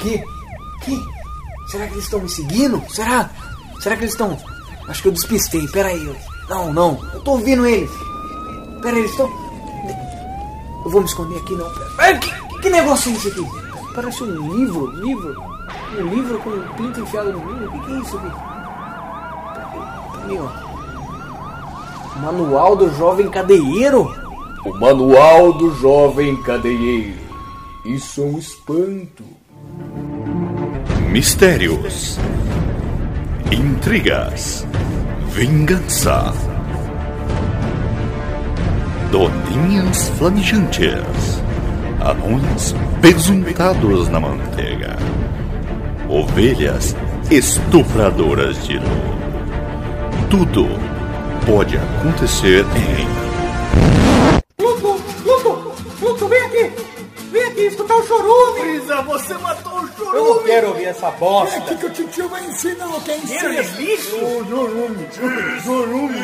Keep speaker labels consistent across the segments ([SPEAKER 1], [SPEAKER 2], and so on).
[SPEAKER 1] Que? Que? Será que eles estão me seguindo? Será? Será que eles estão. Acho que eu despistei, peraí. eu- Não, não, eu tô ouvindo eles. Peraí, eles estão. Eu vou me esconder aqui, não. Peraí, que, que negócio é isso aqui? Parece um livro, livro. Um livro com um pinto enfiado no livro? O que, que é isso aqui? Peraí, ó. Manual do Jovem Cadeieiro?
[SPEAKER 2] O Manual do Jovem Cadeieiro. Isso é um espanto.
[SPEAKER 3] Mistérios, intrigas, vingança, doninhas flamejantes, anões pesuntados na manteiga, ovelhas estupradoras de luz. Tudo pode acontecer em
[SPEAKER 4] Pluto, Pluto, Pluto, vem aqui! Vem aqui escutar o chorume!
[SPEAKER 2] Isa, você matou o Chorume!
[SPEAKER 5] Eu não quero ouvir essa bosta.
[SPEAKER 6] O que, que o tio vai ensinar? O que é ensino?
[SPEAKER 4] lixo!
[SPEAKER 3] Chorume!
[SPEAKER 4] Chorume!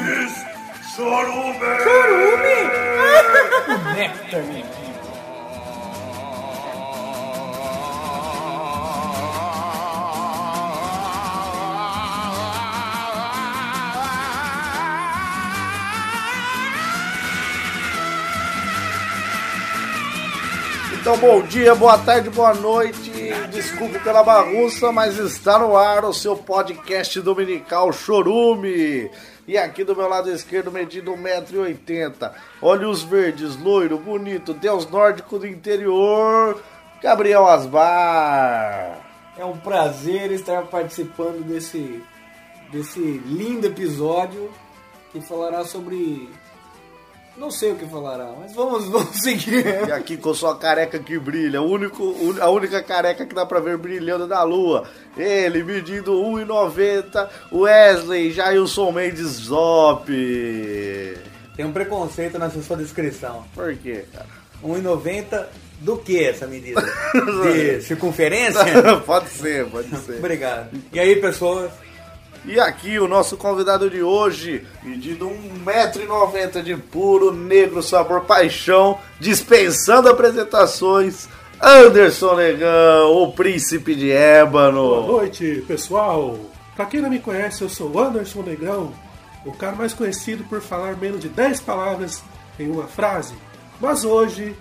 [SPEAKER 5] Então, bom dia, boa tarde, boa noite. Desculpe pela bagunça, mas está no ar o seu podcast dominical Chorume. E aqui do meu lado esquerdo, um medindo 1,80m. Olhos verdes, loiro, bonito, deus nórdico do interior, Gabriel Asbar.
[SPEAKER 4] É um prazer estar participando desse, desse lindo episódio que falará sobre. Não sei o que falará, mas vamos, vamos seguir.
[SPEAKER 5] E aqui com sua careca que brilha, o único, un- a única careca que dá pra ver brilhando na lua. Ele medindo 1,90, Wesley Jailson Mendes Zop.
[SPEAKER 7] Tem um preconceito nessa sua descrição.
[SPEAKER 5] Por quê, cara?
[SPEAKER 7] 1,90 do que essa medida? De circunferência?
[SPEAKER 5] pode ser, pode ser.
[SPEAKER 7] Obrigado. E aí, pessoas?
[SPEAKER 5] E aqui o nosso convidado de hoje, medindo 1,90m de puro negro sabor paixão, dispensando apresentações, Anderson Negão, o príncipe de
[SPEAKER 8] Boa
[SPEAKER 5] ébano.
[SPEAKER 8] noite, pessoal. Pra quem não me conhece, eu sou o Anderson Negão, o cara mais conhecido por falar menos de 10 palavras em uma frase. Mas hoje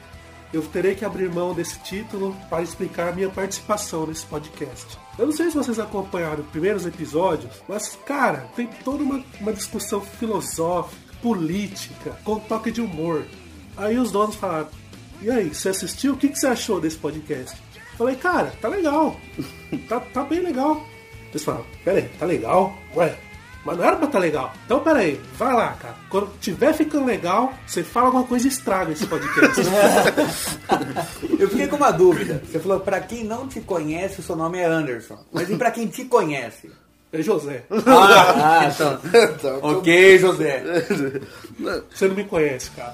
[SPEAKER 8] eu terei que abrir mão desse título para explicar a minha participação nesse podcast. Eu não sei se vocês acompanharam os primeiros episódios, mas, cara, tem toda uma, uma discussão filosófica, política, com toque de humor. Aí os donos falaram: E aí, você assistiu? O que que você achou desse podcast? Falei, cara, tá legal. Tá, tá bem legal. Eles falaram, peraí, tá legal? Ué, mas não era pra tá legal. Então peraí, vai lá, cara. Quando tiver ficando legal, você fala alguma coisa e estraga esse podcast.
[SPEAKER 7] Eu fiquei com uma dúvida. Você falou, pra quem não te conhece, o seu nome é Anderson. Mas e pra quem te conhece?
[SPEAKER 8] é José,
[SPEAKER 7] Ah, ah, então. ok, José.
[SPEAKER 8] você não me conhece, cara.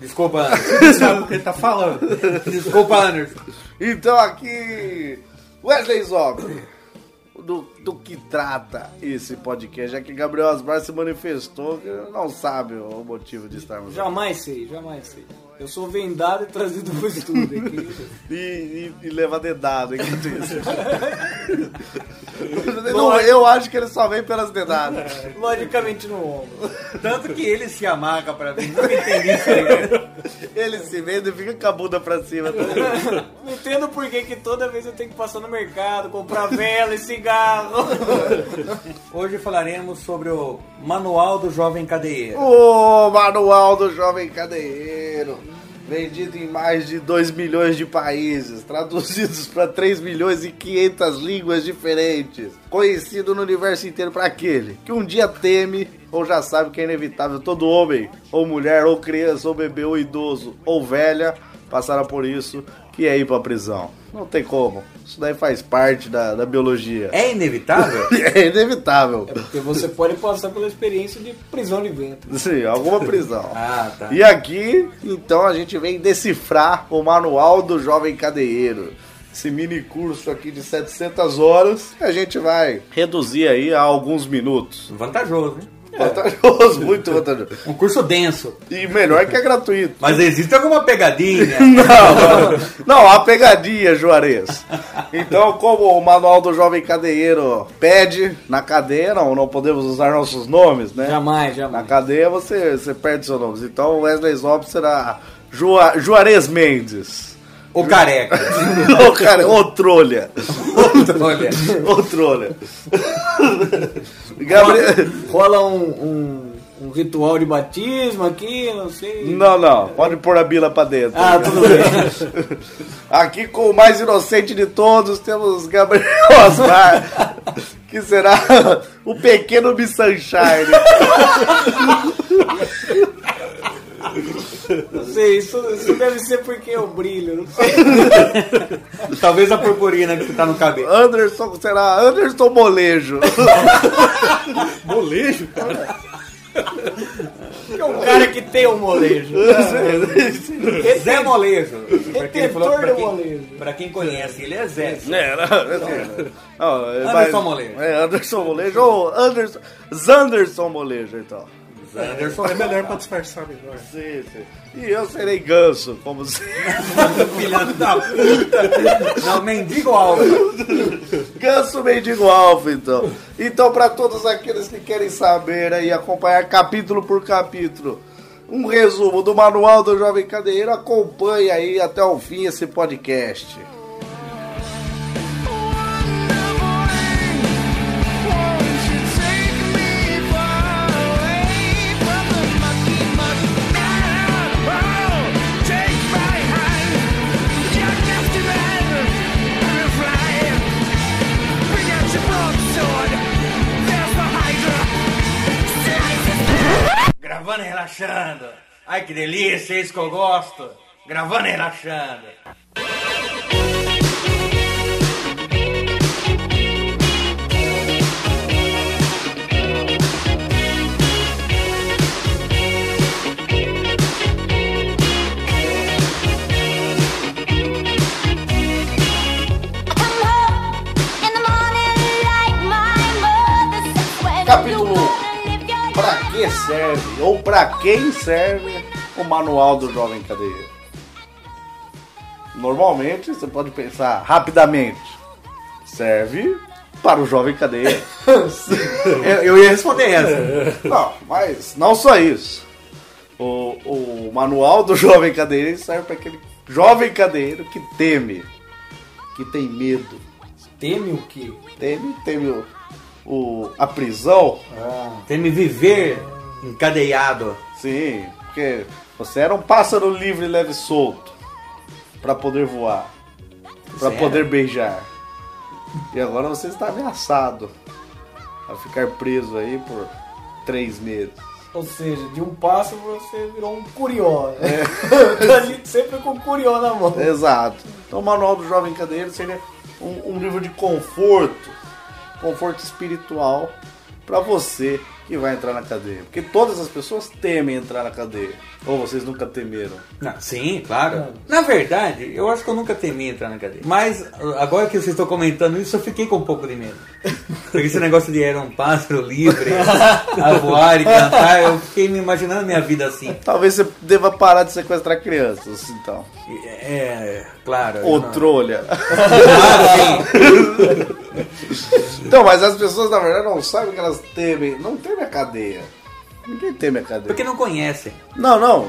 [SPEAKER 7] Desculpa,
[SPEAKER 8] Você não sabe o que ele tá falando.
[SPEAKER 7] Anderson. Desculpa, Anderson.
[SPEAKER 5] Então aqui, Wesley Zop, do, do que trata esse podcast? Já que Gabriel Asbar se manifestou, que não sabe o motivo de estarmos aqui.
[SPEAKER 4] Jamais sei, jamais sei. Eu sou vendado e trazido pro estúdio aqui.
[SPEAKER 5] E, e, e leva dedado enquanto isso. Não, eu acho que ele só vem pelas dedadas.
[SPEAKER 1] É.
[SPEAKER 4] Logicamente no ombro.
[SPEAKER 7] Tanto que ele se amarra pra mim. Nunca entendi isso aí.
[SPEAKER 5] Ele se vende e fica com a bunda pra cima.
[SPEAKER 4] Não entendo por que, que toda vez eu tenho que passar no mercado, comprar vela e cigarro.
[SPEAKER 7] Hoje falaremos sobre o Manual do Jovem Cadeieiro.
[SPEAKER 5] O manual do jovem cadeieiro. Vendido em mais de 2 milhões de países, traduzidos para 3 milhões e 500 línguas diferentes. Conhecido no universo inteiro para aquele que um dia teme ou já sabe que é inevitável todo homem, ou mulher, ou criança, ou bebê, ou idoso, ou velha, passará por isso, que é ir pra prisão. Não tem como. Isso daí faz parte da, da biologia.
[SPEAKER 7] É inevitável?
[SPEAKER 5] É inevitável.
[SPEAKER 4] Porque você pode passar pela experiência de prisão de ventre.
[SPEAKER 5] Sim, alguma prisão.
[SPEAKER 7] Ah, tá.
[SPEAKER 5] E aqui, então, a gente vem decifrar o manual do jovem cadeieiro. Esse mini curso aqui de 700 horas, a gente vai reduzir aí a alguns minutos.
[SPEAKER 7] Vantajoso, hein?
[SPEAKER 5] Vantajoso, muito vantajoso.
[SPEAKER 7] Um curso denso.
[SPEAKER 5] E melhor que é gratuito.
[SPEAKER 7] Mas existe alguma pegadinha?
[SPEAKER 5] Não, não, a pegadinha, Juarez. Então, como o manual do jovem cadeieiro pede na cadeia, não, não podemos usar nossos nomes, né?
[SPEAKER 4] Jamais,
[SPEAKER 5] Na
[SPEAKER 4] jamais.
[SPEAKER 5] cadeia você, você perde seus nomes. Então, Wesley Zop será Jua- Juarez Mendes.
[SPEAKER 7] Ou careca?
[SPEAKER 5] Ô, cara, ô trolha.
[SPEAKER 7] Olha,
[SPEAKER 5] Ô trolha. Gabriel.
[SPEAKER 4] Rola um, um, um ritual de batismo aqui, não sei.
[SPEAKER 5] Não, não, pode pôr a Bila pra dentro.
[SPEAKER 7] Tá
[SPEAKER 4] Ah, tudo bem.
[SPEAKER 5] Aqui com o mais inocente de todos temos Gabriel Osmar, que será o pequeno Miss Sunshine.
[SPEAKER 4] Não sei, isso, isso deve ser porque eu brilho, não sei.
[SPEAKER 7] talvez a purpurina que tá no cabelo.
[SPEAKER 5] Anderson será Anderson Molejo.
[SPEAKER 8] Molejo, cara.
[SPEAKER 4] É um cara que tem um molejo.
[SPEAKER 7] Zé Molejo. Pra quem falou-
[SPEAKER 4] Retentor
[SPEAKER 7] pra
[SPEAKER 4] do
[SPEAKER 7] quem-
[SPEAKER 4] molejo.
[SPEAKER 7] Pra quem conhece, ele é Zé.
[SPEAKER 5] É, não, não, é,
[SPEAKER 7] Anderson Molejo.
[SPEAKER 5] É, Anderson Molejo ou Anderson. Zanderson Molejo, então.
[SPEAKER 7] Anderson
[SPEAKER 8] É melhor pra disfarçar melhor.
[SPEAKER 5] Sim, sim. E eu serei ganso, como sempre.
[SPEAKER 7] filha da puta. Não, mendigo alvo.
[SPEAKER 5] Ganso Mendigo Alfa, então. Então, para todos aqueles que querem saber aí, acompanhar capítulo por capítulo, um resumo do Manual do Jovem Cadeiro, acompanhe aí até o fim esse podcast.
[SPEAKER 7] Gravando e relaxando. Ai que delícia, é isso que eu gosto. Gravando e relaxando.
[SPEAKER 5] Capítulo Pra que serve, ou pra quem serve, o Manual do Jovem Cadeiro? Normalmente, você pode pensar rapidamente, serve para o Jovem Cadeiro.
[SPEAKER 7] Eu, eu ia responder essa.
[SPEAKER 5] Não, mas não só isso. O, o manual do jovem cadeiro serve para aquele jovem cadeiro que teme, que tem medo.
[SPEAKER 4] Teme o quê?
[SPEAKER 5] Teme, teme o, o- a prisão.
[SPEAKER 7] Teme viver encadeado.
[SPEAKER 5] Sim, porque você era um pássaro livre, leve e solto para poder voar, para
[SPEAKER 7] Você
[SPEAKER 5] poder beijar. E agora você está ameaçado a ficar preso aí por três meses.
[SPEAKER 4] Ou seja, de um passo você virou um curió. né? Tá ali sempre com o curió na mão.
[SPEAKER 5] É. Exato. Então o manual do jovem cadeiro seria um, um livro de conforto, conforto espiritual pra você que vai entrar na cadeia, porque todas as pessoas temem entrar na cadeia. Ou vocês nunca temeram?
[SPEAKER 7] Não, sim, claro. Na verdade, eu acho que eu nunca temi entrar na cadeia. Mas agora que vocês estão comentando isso, eu fiquei com um pouco de medo. Porque esse negócio de era um pássaro livre, a voar e cantar, eu fiquei me imaginando a minha vida assim.
[SPEAKER 5] Talvez você deva parar de sequestrar crianças, então.
[SPEAKER 7] É, claro.
[SPEAKER 5] Ou
[SPEAKER 7] não-
[SPEAKER 5] trolha.
[SPEAKER 7] Claro, sim.
[SPEAKER 5] Então, mas as pessoas na verdade não sabem que elas temem. Não temem a cadeia. Ninguém teme a cadeia.
[SPEAKER 7] Porque não conhecem.
[SPEAKER 5] Não, não.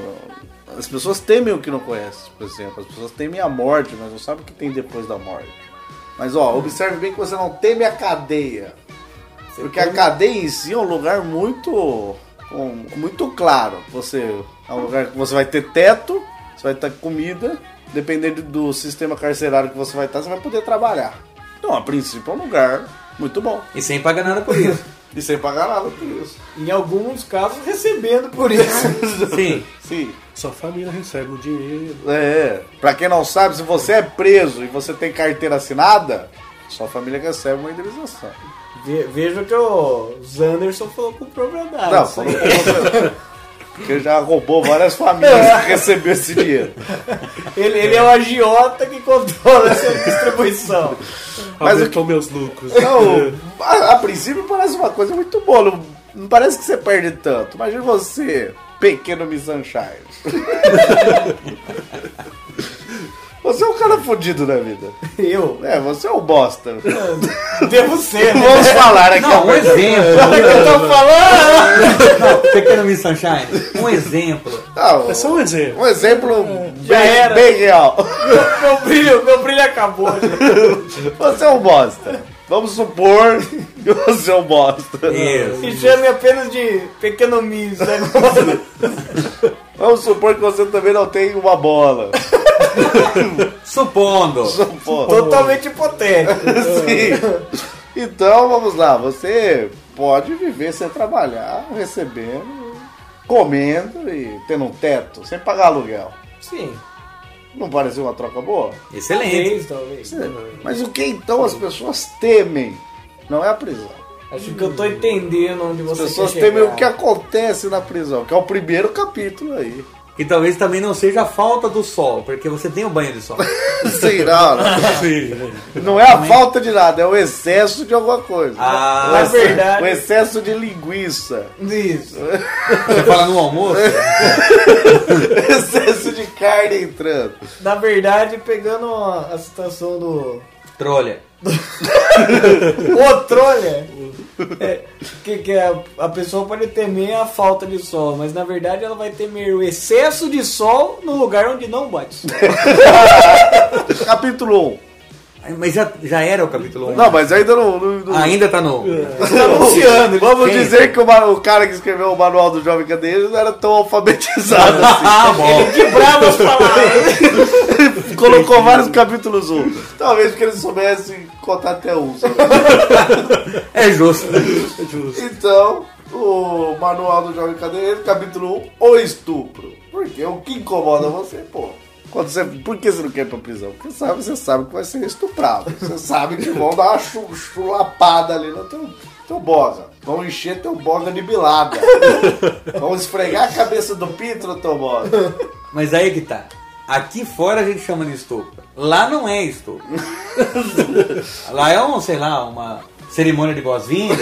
[SPEAKER 5] As pessoas temem o que não conhecem, por exemplo. As pessoas temem a morte, mas não sabem o que tem depois da morte. Mas ó, observe bem que você não teme a cadeia. porque a cadeia em si é um lugar muito. com- muito claro. Você. É um lugar que você vai ter teto, você vai ter comida, dependendo do sistema carcerário que você vai estar, você vai poder trabalhar. Então, a princípio é um lugar muito bom.
[SPEAKER 7] E sem pagar nada por isso.
[SPEAKER 5] E sem pagar nada por isso.
[SPEAKER 4] Em alguns casos recebendo por isso.
[SPEAKER 7] Sim.
[SPEAKER 5] Sim.
[SPEAKER 8] Sua família recebe o dinheiro.
[SPEAKER 5] É, pra quem não sabe, se você é preso e você tem carteira assinada, sua família recebe uma indenização.
[SPEAKER 4] Ve- Veja que o Zanderson falou com
[SPEAKER 1] Ah,
[SPEAKER 4] propriedade.
[SPEAKER 5] não,
[SPEAKER 4] Isso
[SPEAKER 5] só
[SPEAKER 4] aí.
[SPEAKER 5] porque já roubou várias famílias que recebeu esse dinheiro.
[SPEAKER 4] ele, ele é o agiota que controla essa distribuição.
[SPEAKER 5] Mas
[SPEAKER 8] Aumentou meus lucros.
[SPEAKER 5] Então, a, a princípio parece uma coisa muito boa no Não parece que você perde tanto. Imagina você, pequeno Miss Sunshine. Você é um cara fodido na vida.
[SPEAKER 1] Eu?
[SPEAKER 5] É, você é um bosta.
[SPEAKER 1] Devo ser. né?
[SPEAKER 5] Vamos falar aqui.
[SPEAKER 7] Não, um
[SPEAKER 5] agora.
[SPEAKER 7] exemplo.
[SPEAKER 5] Eu tô falando!
[SPEAKER 7] Não, Pequeno Miss Sunshine, um exemplo.
[SPEAKER 5] Não,
[SPEAKER 8] É só um exemplo.
[SPEAKER 5] um exemplo
[SPEAKER 1] Já
[SPEAKER 5] bem,
[SPEAKER 1] era.
[SPEAKER 5] bem real.
[SPEAKER 1] Meu brilho, meu brilho acabou. gente.
[SPEAKER 5] Você é um bosta. Vamos supor que você é um bosta.
[SPEAKER 7] Isso.
[SPEAKER 1] Me chame apenas de pequeno Miss agora.
[SPEAKER 5] Vamos supor que você também não tem uma bola.
[SPEAKER 7] Supondo.
[SPEAKER 5] Pô.
[SPEAKER 1] Totalmente hipotético.
[SPEAKER 5] Sim. Então vamos lá, você pode viver sem trabalhar, recebendo, comendo e tendo um teto, sem pagar aluguel.
[SPEAKER 1] Sim.
[SPEAKER 5] Não pareceu uma troca boa?
[SPEAKER 7] Excelente.
[SPEAKER 1] Talvez, talvez.
[SPEAKER 5] Mas o que então as pessoas temem? Não é a prisão.
[SPEAKER 1] Acho que eu tô entendendo onde
[SPEAKER 5] As
[SPEAKER 1] você
[SPEAKER 5] pessoas
[SPEAKER 1] quer chegar.
[SPEAKER 5] temem o que acontece na prisão, que é o primeiro capítulo aí.
[SPEAKER 7] E talvez também não seja a falta do sol, porque você tem o banho de sol.
[SPEAKER 5] Sim, não, não. né? Não é a falta de nada, é o excesso de alguma coisa.
[SPEAKER 7] Ah,
[SPEAKER 5] o
[SPEAKER 1] é
[SPEAKER 5] excesso,
[SPEAKER 1] verdade.
[SPEAKER 5] O excesso de linguiça.
[SPEAKER 1] Isso.
[SPEAKER 7] Você fala no almoço?
[SPEAKER 5] excesso de carne entrando.
[SPEAKER 1] Na verdade, pegando a, a situação do.
[SPEAKER 7] Trolha.
[SPEAKER 1] O trolha! é, que que a, a pessoa pode temer a falta de sol, mas na verdade ela vai temer o excesso de sol no lugar onde não bate sol.
[SPEAKER 5] Capítulo 1.
[SPEAKER 7] Ai, Mas já, já era o capítulo 1.
[SPEAKER 5] Não, mas ainda não. não,
[SPEAKER 1] Ah,
[SPEAKER 5] não-
[SPEAKER 7] Ainda tá no.
[SPEAKER 5] tá anunciando. Vamos
[SPEAKER 7] Sim.
[SPEAKER 5] dizer que o, ma- o cara que escreveu o manual do Jovem Cadeiro não era tão alfabetizado assim.
[SPEAKER 7] Ah, bom.
[SPEAKER 1] Que bravas palavras!
[SPEAKER 5] Colocou vários capítulos um. Talvez porque ele soubesse contar até um. sabe?
[SPEAKER 7] É justo.
[SPEAKER 5] Então, o manual do Jovem Cadeiro, capítulo 1, o estupro. Porque o que incomoda você, pô. Quando você, por que você não quer ir pra prisão? Porque sabe, você sabe que vai ser estuprado. Você sabe que vão dar uma chu- chulapada ali no teu, teu boga. Vão encher teu boga de bilada. Vão esfregar a cabeça do pinto no teu boga.
[SPEAKER 7] Mas aí que tá. Aqui fora a gente chama de estupro. Lá não é estupro. Lá é um, sei lá, uma cerimônia de boas-vindas.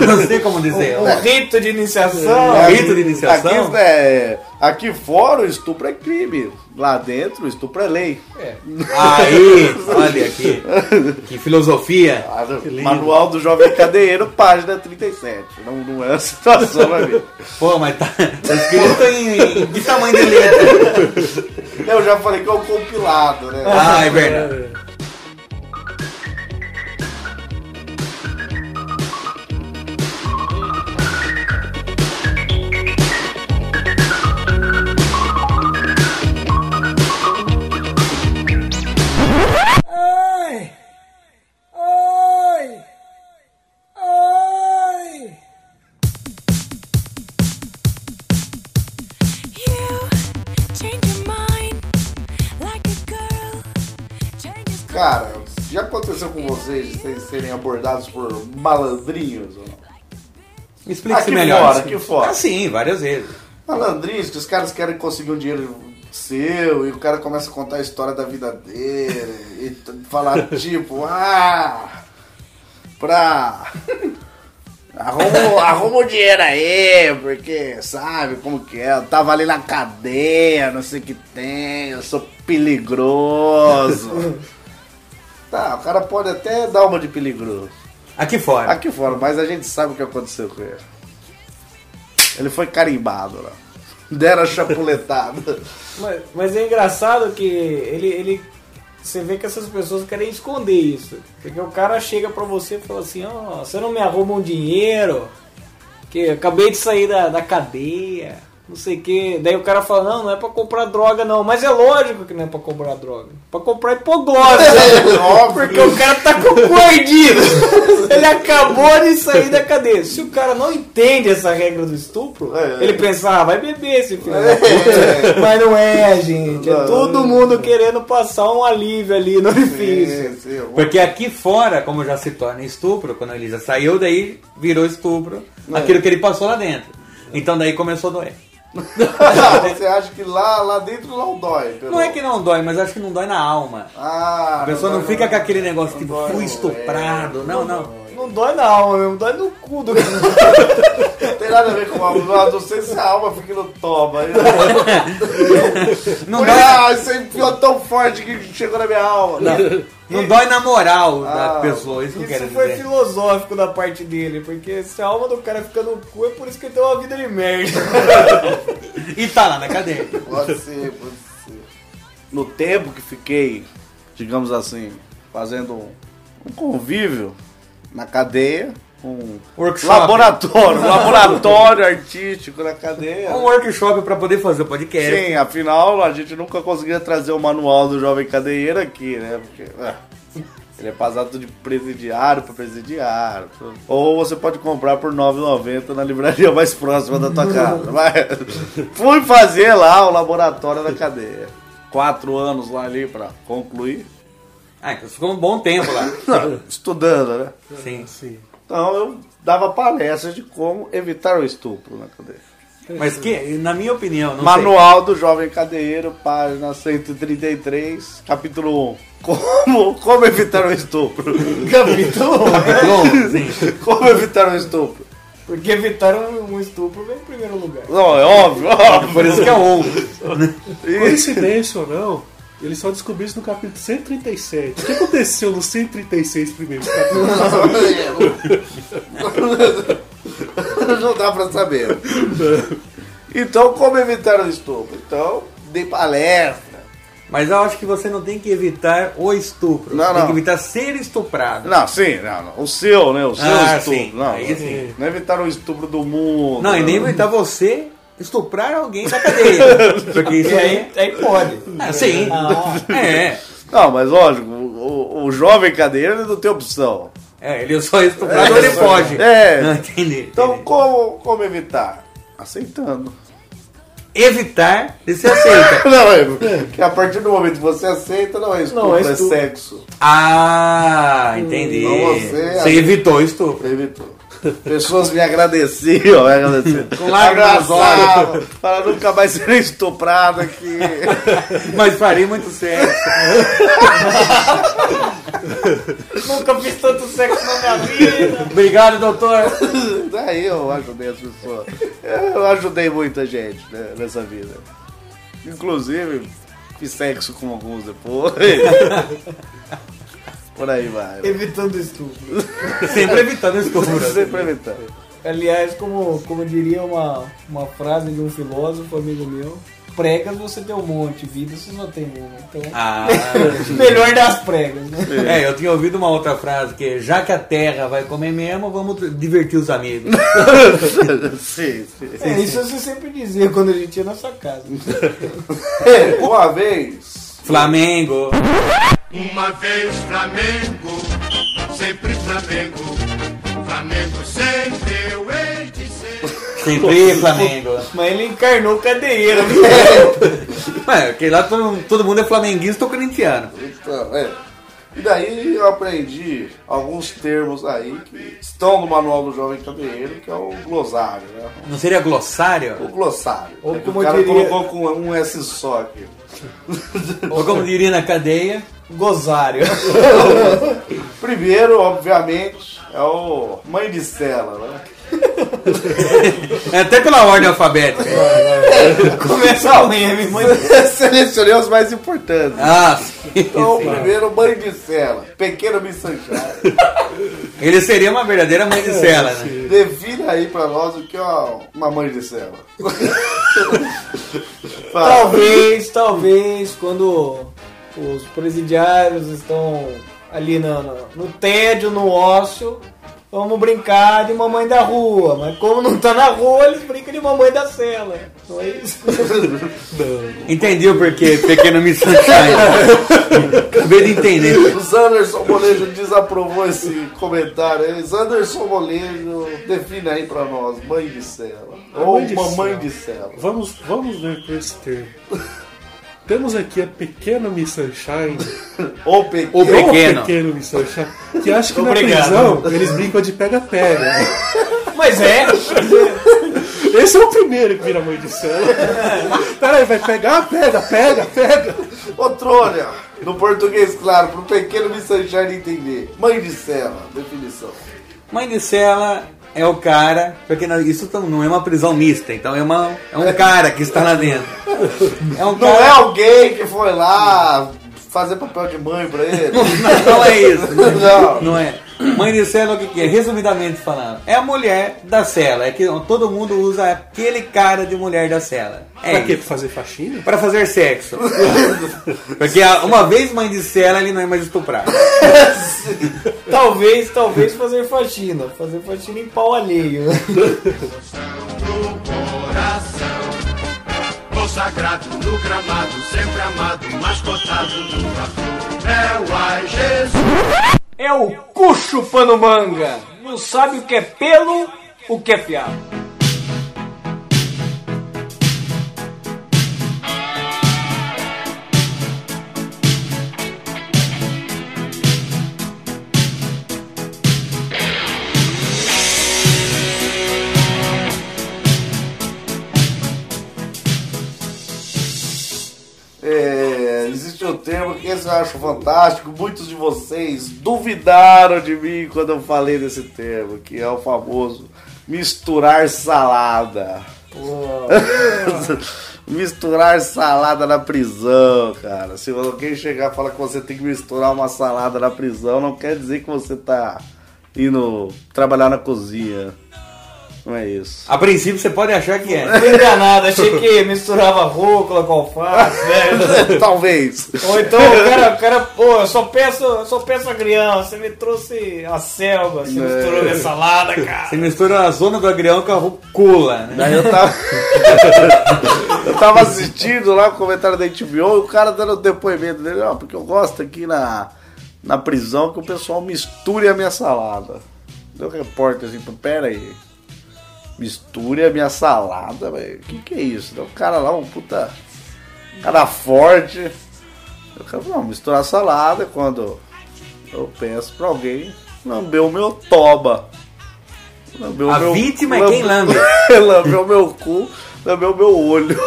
[SPEAKER 7] Não sei como dizer.
[SPEAKER 5] Um
[SPEAKER 1] O rito de iniciação.
[SPEAKER 7] É. Rito de iniciação?
[SPEAKER 5] Aqui, é, aqui fora o estupro é crime. Lá dentro o estupro é lei.
[SPEAKER 7] Aí, olha aqui. Que filosofia.
[SPEAKER 5] Ah, Manual do Jovem Cadeiro, página 37. Não, não é a situação, meu amigo.
[SPEAKER 7] Pô, mas tá, tá escrito em, em que tamanho de letra?
[SPEAKER 5] Eu já falei que é um compilado, né?
[SPEAKER 7] Ah, é verdade.
[SPEAKER 9] Ai! Ai! Ai!
[SPEAKER 6] You change your mind like a girl changes
[SPEAKER 5] Cara, já aconteceu com vocês de vocês serem abordados por malandrinhos? ou não?
[SPEAKER 7] Me explica-se
[SPEAKER 5] Aqui
[SPEAKER 7] melhor.
[SPEAKER 5] fora, aqui fora.
[SPEAKER 7] Ah, sim, várias vezes.
[SPEAKER 5] Malandrinhos, que os caras querem conseguir um dinheiro seu e o cara começa a contar a história da vida dele e t- falar tipo, ah, pra. Arruma, arruma o dinheiro aí, porque sabe como que é? Eu tava ali na cadeia, não sei o que tem, eu sou peligroso. tá, o cara pode até dar uma de peligroso.
[SPEAKER 7] Aqui fora.
[SPEAKER 5] Aqui fora, mas a gente sabe o que aconteceu com ele. Ele foi carimbado lá. Deram a chapuletada.
[SPEAKER 1] Mas, mas é engraçado que ele, ele. Você vê que essas pessoas querem esconder isso. Porque o cara chega pra você e fala assim: Ó, você não me arruma um dinheiro? Que eu acabei de sair da, da cadeia. Não sei o que. Daí o cara fala: Não, não é pra comprar droga, não. Mas é lógico que não é pra comprar droga. É Pra comprar hipoglose. Porque o cara tá com o cu ardido. Ele acabou de sair da cadeia. Se o cara não entende essa regra do estupro,
[SPEAKER 5] É.
[SPEAKER 1] ele pensa, ah, vai beber esse filho. da puta." Mas não é, gente. É
[SPEAKER 5] Não.
[SPEAKER 1] todo mundo querendo passar um alívio ali no orifício.
[SPEAKER 5] Sim, sim, eu-
[SPEAKER 7] Porque aqui fora, como já se torna estupro, quando ele já saiu daí, virou estupro aquilo que ele passou lá dentro. Então daí começou a doer.
[SPEAKER 5] Você acha que lá, lá dentro não dói? pelo-
[SPEAKER 7] Não é que não dói, mas acho que não dói na alma.
[SPEAKER 5] Ah,
[SPEAKER 7] A pessoa não
[SPEAKER 5] dói,
[SPEAKER 7] fica com aquele negócio
[SPEAKER 5] Não
[SPEAKER 7] tipo,
[SPEAKER 5] dói,
[SPEAKER 7] fui
[SPEAKER 5] não,
[SPEAKER 7] estuprado. Não, não.
[SPEAKER 5] Não
[SPEAKER 4] Não dói na alma mesmo, dói no cu do cara.
[SPEAKER 5] Não tem nada a ver com a alma, a não ser se a alma fica no toma.
[SPEAKER 7] Não dói,
[SPEAKER 5] Ah, você enfiou tão forte que chegou na minha alma.
[SPEAKER 7] não dói na moral
[SPEAKER 5] Ah,
[SPEAKER 7] da pessoa, isso que eu quero
[SPEAKER 4] Isso foi
[SPEAKER 7] dizer.
[SPEAKER 4] filosófico da parte dele, porque se a alma do cara fica no cu, é por isso que ele tem uma vida de merda.
[SPEAKER 7] E tá lá na cadeia.
[SPEAKER 5] Pode ser, pode ser. No tempo que fiquei, digamos assim, fazendo um, um convívio na cadeia, um
[SPEAKER 7] Workshop.
[SPEAKER 5] laboratório, um laboratório artístico na cadeia.
[SPEAKER 7] Um workshop pra poder fazer o podcast.
[SPEAKER 5] Sim, afinal a gente nunca conseguia trazer o manual do jovem cadeieiro aqui, né? Porque ah, ele é passado de presidiário para presidiário. Ou você pode comprar por R$ 9,90 na livraria mais próxima da tua casa. Mas fui fazer lá o laboratório da cadeia. Quatro anos lá ali pra concluir.
[SPEAKER 7] Ah, então ficou um bom tempo lá.
[SPEAKER 5] Estudando, né?
[SPEAKER 7] Sim.
[SPEAKER 5] Então eu dava palestras de como evitar o estupro na cadeia.
[SPEAKER 7] Mas que, na minha opinião, não sei.
[SPEAKER 5] Manual do Jovem Cadeiro, página 133, capítulo 1. Como, como evitar o estupro? capítulo 1.
[SPEAKER 7] Capítulo 1, sim.
[SPEAKER 5] Como evitar o estupro?
[SPEAKER 4] um. Porque evitar um, um estupro vem em primeiro lugar.
[SPEAKER 5] Não, é óbvio, óbvio.
[SPEAKER 7] Por isso que é
[SPEAKER 5] um.
[SPEAKER 7] ouro.
[SPEAKER 8] Coincidência ou não, eles só descobriram isso no capítulo 137. O que aconteceu no 136 primeiro capítulo?
[SPEAKER 5] Não dá pra saber. Então, como evitar o estupro? Então, dei palestra.
[SPEAKER 7] Mas eu acho que você não tem que evitar o estupro.
[SPEAKER 5] Não,
[SPEAKER 7] você tem
[SPEAKER 5] não.
[SPEAKER 7] que evitar ser estuprado.
[SPEAKER 5] Não, sim, não, não. O seu, né? O seu
[SPEAKER 7] Ah,
[SPEAKER 5] estupro.
[SPEAKER 7] sim.
[SPEAKER 5] Não,
[SPEAKER 7] Aí sim.
[SPEAKER 5] não evitar o estupro do mundo.
[SPEAKER 7] Não, e nem evitar você estuprar alguém na cadeia. Porque isso
[SPEAKER 4] E
[SPEAKER 7] aí.
[SPEAKER 4] aí, aí É, pode.
[SPEAKER 7] Ah, sim. É.
[SPEAKER 5] Não, mas lógico, o, o- o jovem cadeiro ele não tem opção.
[SPEAKER 7] É, ele é só estuprado ou ele foge.
[SPEAKER 5] É.
[SPEAKER 7] Não, entendi.
[SPEAKER 5] Então,
[SPEAKER 7] entendi.
[SPEAKER 5] como, como evitar? Aceitando.
[SPEAKER 7] Evitar de ser aceita.
[SPEAKER 5] Não, é, que a partir do momento que você aceita, não é estupro,
[SPEAKER 4] Não, é
[SPEAKER 5] é,
[SPEAKER 4] estupro.
[SPEAKER 5] sexo.
[SPEAKER 7] Ah, entendi.
[SPEAKER 5] Não, você- é
[SPEAKER 7] Você evitou o estupro.
[SPEAKER 5] Evitou. Pessoas me agradeciam, me agradeciam.
[SPEAKER 7] Com lágrimas nos
[SPEAKER 5] Abraçavam, para nunca mais ser estuprado aqui.
[SPEAKER 7] Mas faria muito sério.
[SPEAKER 4] Nunca fiz tanto sexo na minha vida.
[SPEAKER 7] Obrigado, doutor.
[SPEAKER 5] Daí eu ajudei as pessoas. Eu ajudei muita gente né, nessa vida. Inclusive, fiz sexo com alguns depois. Por aí vai. né?
[SPEAKER 4] Evitando estupro.
[SPEAKER 7] Sempre evitando o estupro.
[SPEAKER 5] Sempre evitar.
[SPEAKER 4] Aliás, como, como diria uma, uma frase de um filósofo amigo meu, pregas você tem um monte, vida você só tem uma. Então,
[SPEAKER 7] Ah,
[SPEAKER 4] melhor das pregas, né?
[SPEAKER 7] é, eu tinha ouvido uma outra frase que é, já que a terra vai comer mesmo, vamos divertir os amigos.
[SPEAKER 5] Sim, sim.
[SPEAKER 4] É, isso você sempre dizia quando a gente ia na sua casa.
[SPEAKER 5] Uma vez.
[SPEAKER 7] Flamengo.
[SPEAKER 3] Uma vez Flamengo, sempre Flamengo, Flamengo sempre eu hei de ser.
[SPEAKER 7] Sempre Flamengo.
[SPEAKER 4] Mas ele encarnou o cadeiro.
[SPEAKER 7] Ué, porque lá todo, todo mundo é flamenguista ou corintiano.
[SPEAKER 5] Então, é. E daí eu aprendi alguns termos aí que estão no manual do jovem cadeiro, que é o glossário, né?
[SPEAKER 7] Não seria glossário?
[SPEAKER 5] O glossário.
[SPEAKER 4] Ou
[SPEAKER 5] É que
[SPEAKER 4] como
[SPEAKER 5] o
[SPEAKER 4] eu
[SPEAKER 5] cara
[SPEAKER 4] diria-
[SPEAKER 5] colocou com um S só aqui.
[SPEAKER 7] Ou como diria na cadeia,
[SPEAKER 4] Gozário.
[SPEAKER 5] Primeiro, obviamente, é o mãe de cela, né?
[SPEAKER 7] é até pela ordem alfabética.
[SPEAKER 4] Começa o meme, mãe.
[SPEAKER 5] Selecionei os mais importantes.
[SPEAKER 7] Ah, sim.
[SPEAKER 5] Então,
[SPEAKER 7] sim.
[SPEAKER 5] primeiro, mãe de cela, pequeno missanchado.
[SPEAKER 7] Ele seria uma verdadeira mãe de cela, né?
[SPEAKER 5] Defina aí pra nós o que é uma mãe de cela. Fala.
[SPEAKER 4] Talvez, talvez, quando os presidiários estão ali no, no, no tédio, no ócio, vamos brincar de mamãe da rua. Mas como não tá na rua, eles brincam de mamãe da cela. Não é isso?
[SPEAKER 7] Entendi o porquê, pequeno Miss Sunshine. Acabei de entender.
[SPEAKER 5] O Sanderson Molejo desaprovou esse comentário. aí. Sanderson Molejo, defina aí pra nós, mãe de cela. Ou
[SPEAKER 8] mãe de
[SPEAKER 5] uma mãe
[SPEAKER 8] cela.
[SPEAKER 5] de cela.
[SPEAKER 8] é Vamos, vamos ver por esse termo. Temos aqui a pequena Miss Sunshine,
[SPEAKER 5] Ou pequeno.
[SPEAKER 7] O
[SPEAKER 8] ou a
[SPEAKER 7] pequeno.
[SPEAKER 8] pequena Miss Sunshine, que acho que
[SPEAKER 4] Obrigado.
[SPEAKER 8] na prisão eles brincam de pega-pega. né?
[SPEAKER 4] Mas é,
[SPEAKER 8] Esse é o primeiro que vira mãe de cela. Peraí, vai pegar? Pega, pega, pega.
[SPEAKER 5] Ô trolha, no português claro, pro pequeno Miss Sunshine entender. Mãe de cela, definição.
[SPEAKER 7] Mãe de Sela é o cara, porque não- isso tam- não é uma prisão mista, então é, uma, é um cara que está lá dentro. É um
[SPEAKER 5] Não
[SPEAKER 7] cara-
[SPEAKER 5] é alguém que foi lá fazer papel de mãe pra ele.
[SPEAKER 7] não é isso. né?
[SPEAKER 5] Não.
[SPEAKER 7] Não é. Mãe de cela, o que, que é? Resumidamente falando, é a mulher da cela. É que todo mundo usa aquele cara de mulher da cela. É
[SPEAKER 8] Pra quê?
[SPEAKER 7] isso.
[SPEAKER 8] Pra fazer faxina?
[SPEAKER 7] Pra fazer sexo. Porque a- uma vez mãe de cela, ele não é mais estuprado.
[SPEAKER 4] Talvez, talvez fazer faxina. Fazer faxina em pau alheio.
[SPEAKER 3] do coração. Consagrado no gramado, sempre amado, mascotado no flor. É o ai Jesus,
[SPEAKER 4] É o cu chupando manga. Não sabe o que é pelo, o que é piado.
[SPEAKER 5] É, existe um termo que eu acho fantástico. Muitos de vocês duvidaram de mim quando eu falei desse termo, que é o famoso misturar salada. misturar salada na prisão, cara. Se alguém chegar e falar que você tem que misturar uma salada na prisão, não quer dizer que você tá indo trabalhar na cozinha. Não é isso.
[SPEAKER 7] A princípio, você pode achar que é.
[SPEAKER 4] Tô enganado, achei que misturava rúcula com alface. né?
[SPEAKER 5] Talvez.
[SPEAKER 4] Ou então o cara, o cara, pô, eu só peço, eu só peço agrião, você me trouxe a selva, assim. você misturou minha salada, cara.
[SPEAKER 7] Você mistura a zona do agrião com a rúcula, né?
[SPEAKER 5] Daí eu tava. eu tava assistindo lá o comentário da HBO e o cara dando o depoimento dele, ó, porque eu gosto aqui na, na prisão que o pessoal misture a minha salada. Deu repórter assim, pô, pera aí. Misture a minha salada, velho. Que que é isso? Daí O cara lá, um puta. Cara forte. Eu quero não, misturar a salada é quando eu peço pra alguém lamber o meu toba. Lambeu
[SPEAKER 7] A vítima é quem lambe.
[SPEAKER 5] lambeu o meu cu, lambeu o meu olho.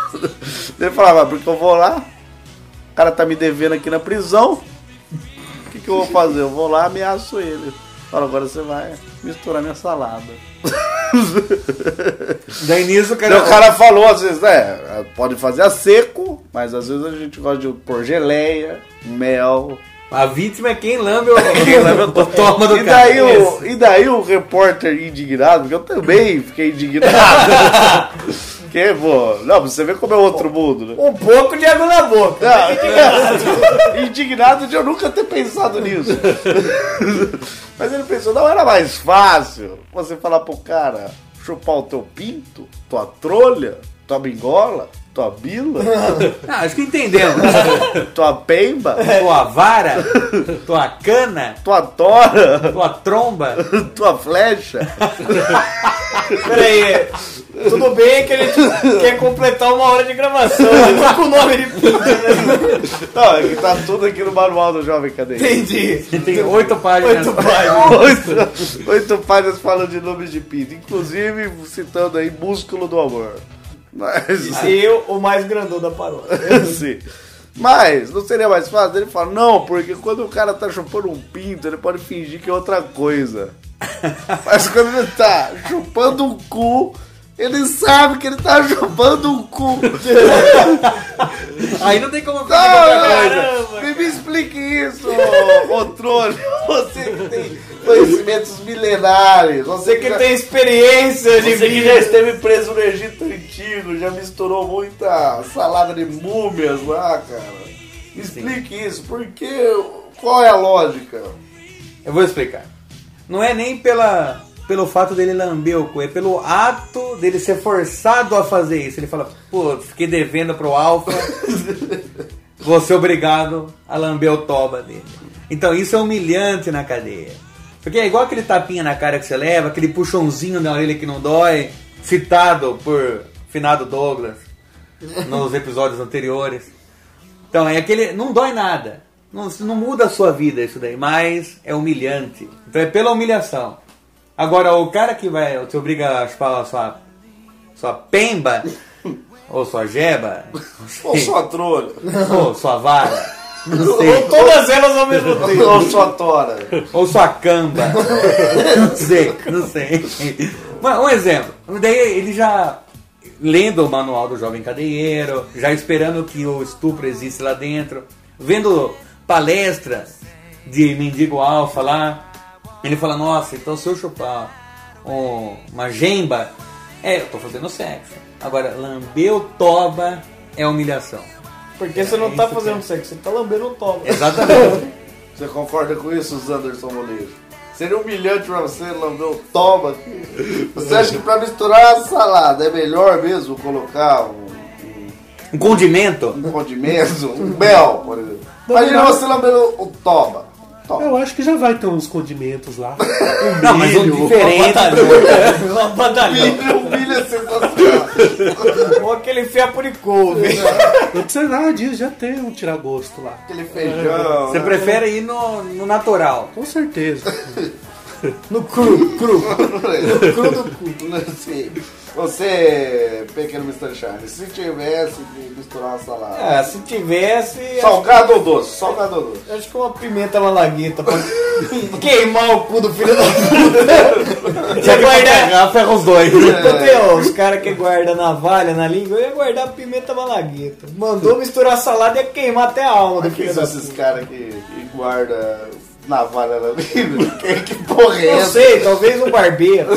[SPEAKER 5] Ele falava, "Ah, porque eu vou lá, o cara tá me devendo aqui na prisão, o que, que eu vou fazer? Eu vou lá, ameaço ele. Fala, agora você vai misturar minha salada.
[SPEAKER 7] Daí nisso, o cara.
[SPEAKER 5] Daí o cara falou, às vezes, né, pode fazer a seco, mas às vezes a gente gosta de pôr geleia, mel,
[SPEAKER 7] A vítima é quem lambe o,
[SPEAKER 5] lambeu
[SPEAKER 7] o toma do
[SPEAKER 5] e
[SPEAKER 7] cara.
[SPEAKER 5] daí, o, e daí o repórter indignado, porque eu também fiquei indignado. Porque, pô, não, pra você vê como é outro mundo, né?
[SPEAKER 4] Um pouco de água na boca.
[SPEAKER 5] Não, indignado de eu nunca ter pensado nisso. Mas ele pensou, não era mais fácil você falar pro cara chupar o teu pinto, tua trolha, tua bingola, tua bila,
[SPEAKER 7] Ah, acho que entendemos. né?
[SPEAKER 5] tua pemba,
[SPEAKER 7] Tua vara, tua cana,
[SPEAKER 5] tua tora,
[SPEAKER 7] tua tromba.
[SPEAKER 5] tua flecha.
[SPEAKER 4] Pera aí, tudo bem que a gente quer completar uma hora de gravação, né? Tá com o nome de puta, né?
[SPEAKER 5] Não, é que tá tudo aqui no manual do jovem cadeia.
[SPEAKER 4] Entendi.
[SPEAKER 7] Tem oito páginas.
[SPEAKER 4] Oito páginas.
[SPEAKER 5] Oito, oito páginas falando de nomes de pinto, inclusive citando aí músculo do amor. Mas,
[SPEAKER 4] Eu, o mais grandão da paróquia.
[SPEAKER 5] assim, mas não seria mais fácil? Ele fala, não, porque quando o cara tá chupando um pinto, ele pode fingir que é outra coisa. Mas quando ele tá chupando um cu, ele sabe que ele tá chupando um cu.
[SPEAKER 7] Aí não tem como fazer outra coisa.
[SPEAKER 5] Caramba, Tá, me, me explique isso, ô, controle. Você que tem conhecimentos milenares. Você
[SPEAKER 4] Você que tem experiência de
[SPEAKER 5] Você que
[SPEAKER 4] vida.
[SPEAKER 5] já esteve preso no Egito Antigo, já misturou muita salada de múmias lá, cara. Me Explique isso, porque qual é a lógica?
[SPEAKER 7] Eu vou explicar. Não é nem pela, pelo fato dele lamber o cu, é pelo ato dele ser forçado a fazer isso. Ele fala, pô, fiquei devendo pro Alfa, vou ser é obrigado a lamber o toba dele. Então isso é humilhante na cadeia. Porque é igual aquele tapinha na cara que você leva, aquele puxãozinho na orelha que não dói, citado por finado Douglas nos episódios anteriores. Então, é aquele. Não dói nada. Não, isso não muda a sua vida isso daí, mas é humilhante. Então é pela humilhação. Agora, o cara que vai te obriga a chupar a sua, sua pemba, ou sua jeba,
[SPEAKER 5] Ou só trolha?
[SPEAKER 7] ou sua vara, Não sei.
[SPEAKER 4] Ou todas elas ao mesmo tempo.
[SPEAKER 5] Ou só tora.
[SPEAKER 7] Ou sua camba. não sei, não sei. Mas um exemplo. Daí ele já lendo o manual do jovem cadeieiro, já esperando que o estupro existe lá dentro, vendo palestra de mendigo alfa lá, ele fala, nossa, então se eu chupar um- uma gemba, é, eu tô fazendo sexo. Agora, lambeu toba é humilhação.
[SPEAKER 4] Porque você não tá fazendo sexo, você tá lambendo um toba.
[SPEAKER 7] Exatamente.
[SPEAKER 5] Você concorda com isso, Sanderson Molejo? Seria humilhante pra você lamber o toma. Você acha que pra misturar a salada é melhor mesmo colocar um,
[SPEAKER 7] um condimento.
[SPEAKER 5] um condimento, um mel, por exemplo? Imagina você lamber o, o toma. Toma.
[SPEAKER 8] Eu acho que já vai ter uns condimentos lá.
[SPEAKER 7] Não, mas um diferente.
[SPEAKER 4] Lá batalhão.
[SPEAKER 5] Filho, um filho é sensacional.
[SPEAKER 4] Ou aquele fiapo de couve.
[SPEAKER 8] Não precisa nada disso, já tem um tiragosto lá.
[SPEAKER 5] Aquele feijão.
[SPEAKER 7] Você
[SPEAKER 5] né?
[SPEAKER 7] prefere ir no, no natural.
[SPEAKER 8] Com certeza.
[SPEAKER 4] No cru, cru.
[SPEAKER 5] Assim, Você, pequeno Mr. Charles, se tivesse de misturar uma salada,
[SPEAKER 4] Ah, se tivesse. É
[SPEAKER 5] salgado ou doce? Salgado ou doce?
[SPEAKER 4] Acho que uma pimenta malagueta pra queimar o cu do filho da puta. Você guardar.
[SPEAKER 7] ferra os dois.
[SPEAKER 5] É.
[SPEAKER 4] Então tem, ó, os caras que guardam navalha na língua, eu ia guardar a pimenta malagueta. Mandou misturar a salada e ia queimar até a alma do
[SPEAKER 5] Quem
[SPEAKER 4] filho
[SPEAKER 5] são
[SPEAKER 4] da
[SPEAKER 5] esses
[SPEAKER 4] puta.
[SPEAKER 5] caras que, que guarda navalha na língua? Que, que porra é
[SPEAKER 4] Não
[SPEAKER 5] essa?
[SPEAKER 4] sei, talvez um barbeiro.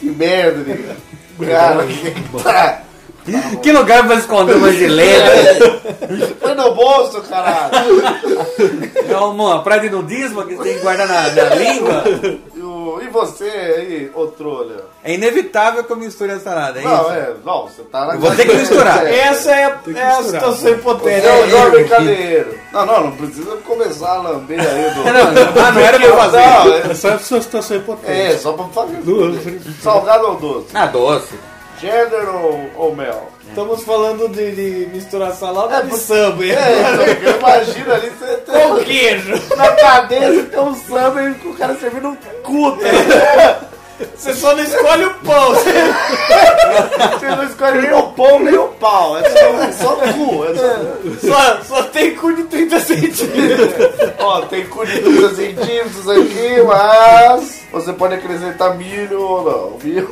[SPEAKER 5] Que merda, nega. Cara, que- tá.
[SPEAKER 7] Que lugar pra esconder uma gileta?
[SPEAKER 5] Foi no bolso, caralho.
[SPEAKER 7] É uma praia de nudismo que tem que guardar na, na língua?
[SPEAKER 5] E, o- e você aí, ô trolha?
[SPEAKER 7] É inevitável que eu misture a salada, é
[SPEAKER 5] Não,
[SPEAKER 7] isso?
[SPEAKER 5] é, não, você tá na
[SPEAKER 7] Eu vou ter que misturar.
[SPEAKER 5] É,
[SPEAKER 4] Essa é, é a
[SPEAKER 8] misturar.
[SPEAKER 4] situação
[SPEAKER 5] Você
[SPEAKER 4] hipotética.
[SPEAKER 5] é um jovem cadeiro. Não, não, não precisa começar a lamber aí do.
[SPEAKER 7] Não, não, ah, não era pra eu fazer.
[SPEAKER 5] Não, é-
[SPEAKER 8] É só a sua situação hipotética.
[SPEAKER 5] É, só pra fazer.
[SPEAKER 8] Não,
[SPEAKER 5] Salgado ou doce?
[SPEAKER 7] Ah, doce.
[SPEAKER 5] Cheddar ou, ou mel?
[SPEAKER 4] Estamos falando de, de misturar
[SPEAKER 5] É,
[SPEAKER 4] salada de
[SPEAKER 5] porque-
[SPEAKER 4] samba.
[SPEAKER 5] É, então, imagina ali, você tem,
[SPEAKER 4] Com queijo.
[SPEAKER 5] na cadeia você tem um samba e o cara servindo um cu, tá?
[SPEAKER 4] Você só não escolhe o pão. Você
[SPEAKER 5] Você não escolhe nem o pão, nem o pau. É só, só cu. É só-
[SPEAKER 4] só, só tem cu de 30 centímetros.
[SPEAKER 5] Ó, tem cu de 30 centímetros aqui, mas você pode acrescentar milho ou não. Milho,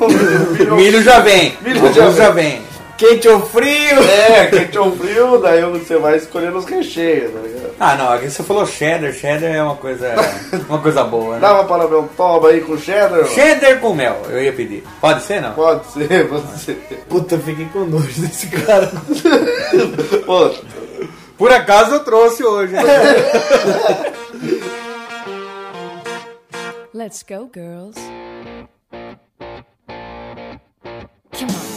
[SPEAKER 5] milho,
[SPEAKER 7] Milho já vem.
[SPEAKER 5] Milho
[SPEAKER 7] Alguns
[SPEAKER 5] já
[SPEAKER 7] já vem.
[SPEAKER 4] Quente ou frio.
[SPEAKER 5] É, quente ou frio, daí você vai escolhendo os recheios, tá ligado?
[SPEAKER 7] Ah, não, aqui você falou cheddar. Cheddar é uma coisa, uma coisa boa, né?
[SPEAKER 5] Dava para ver um toba aí com cheddar? mano?
[SPEAKER 7] Cheddar com mel, eu ia pedir. Pode ser, não?
[SPEAKER 5] Pode ser, pode ser.
[SPEAKER 4] Puta, fiquei com nojo desse cara.
[SPEAKER 5] Pô,
[SPEAKER 7] Por acaso eu trouxe hoje.
[SPEAKER 10] Let's go, girls. Come on.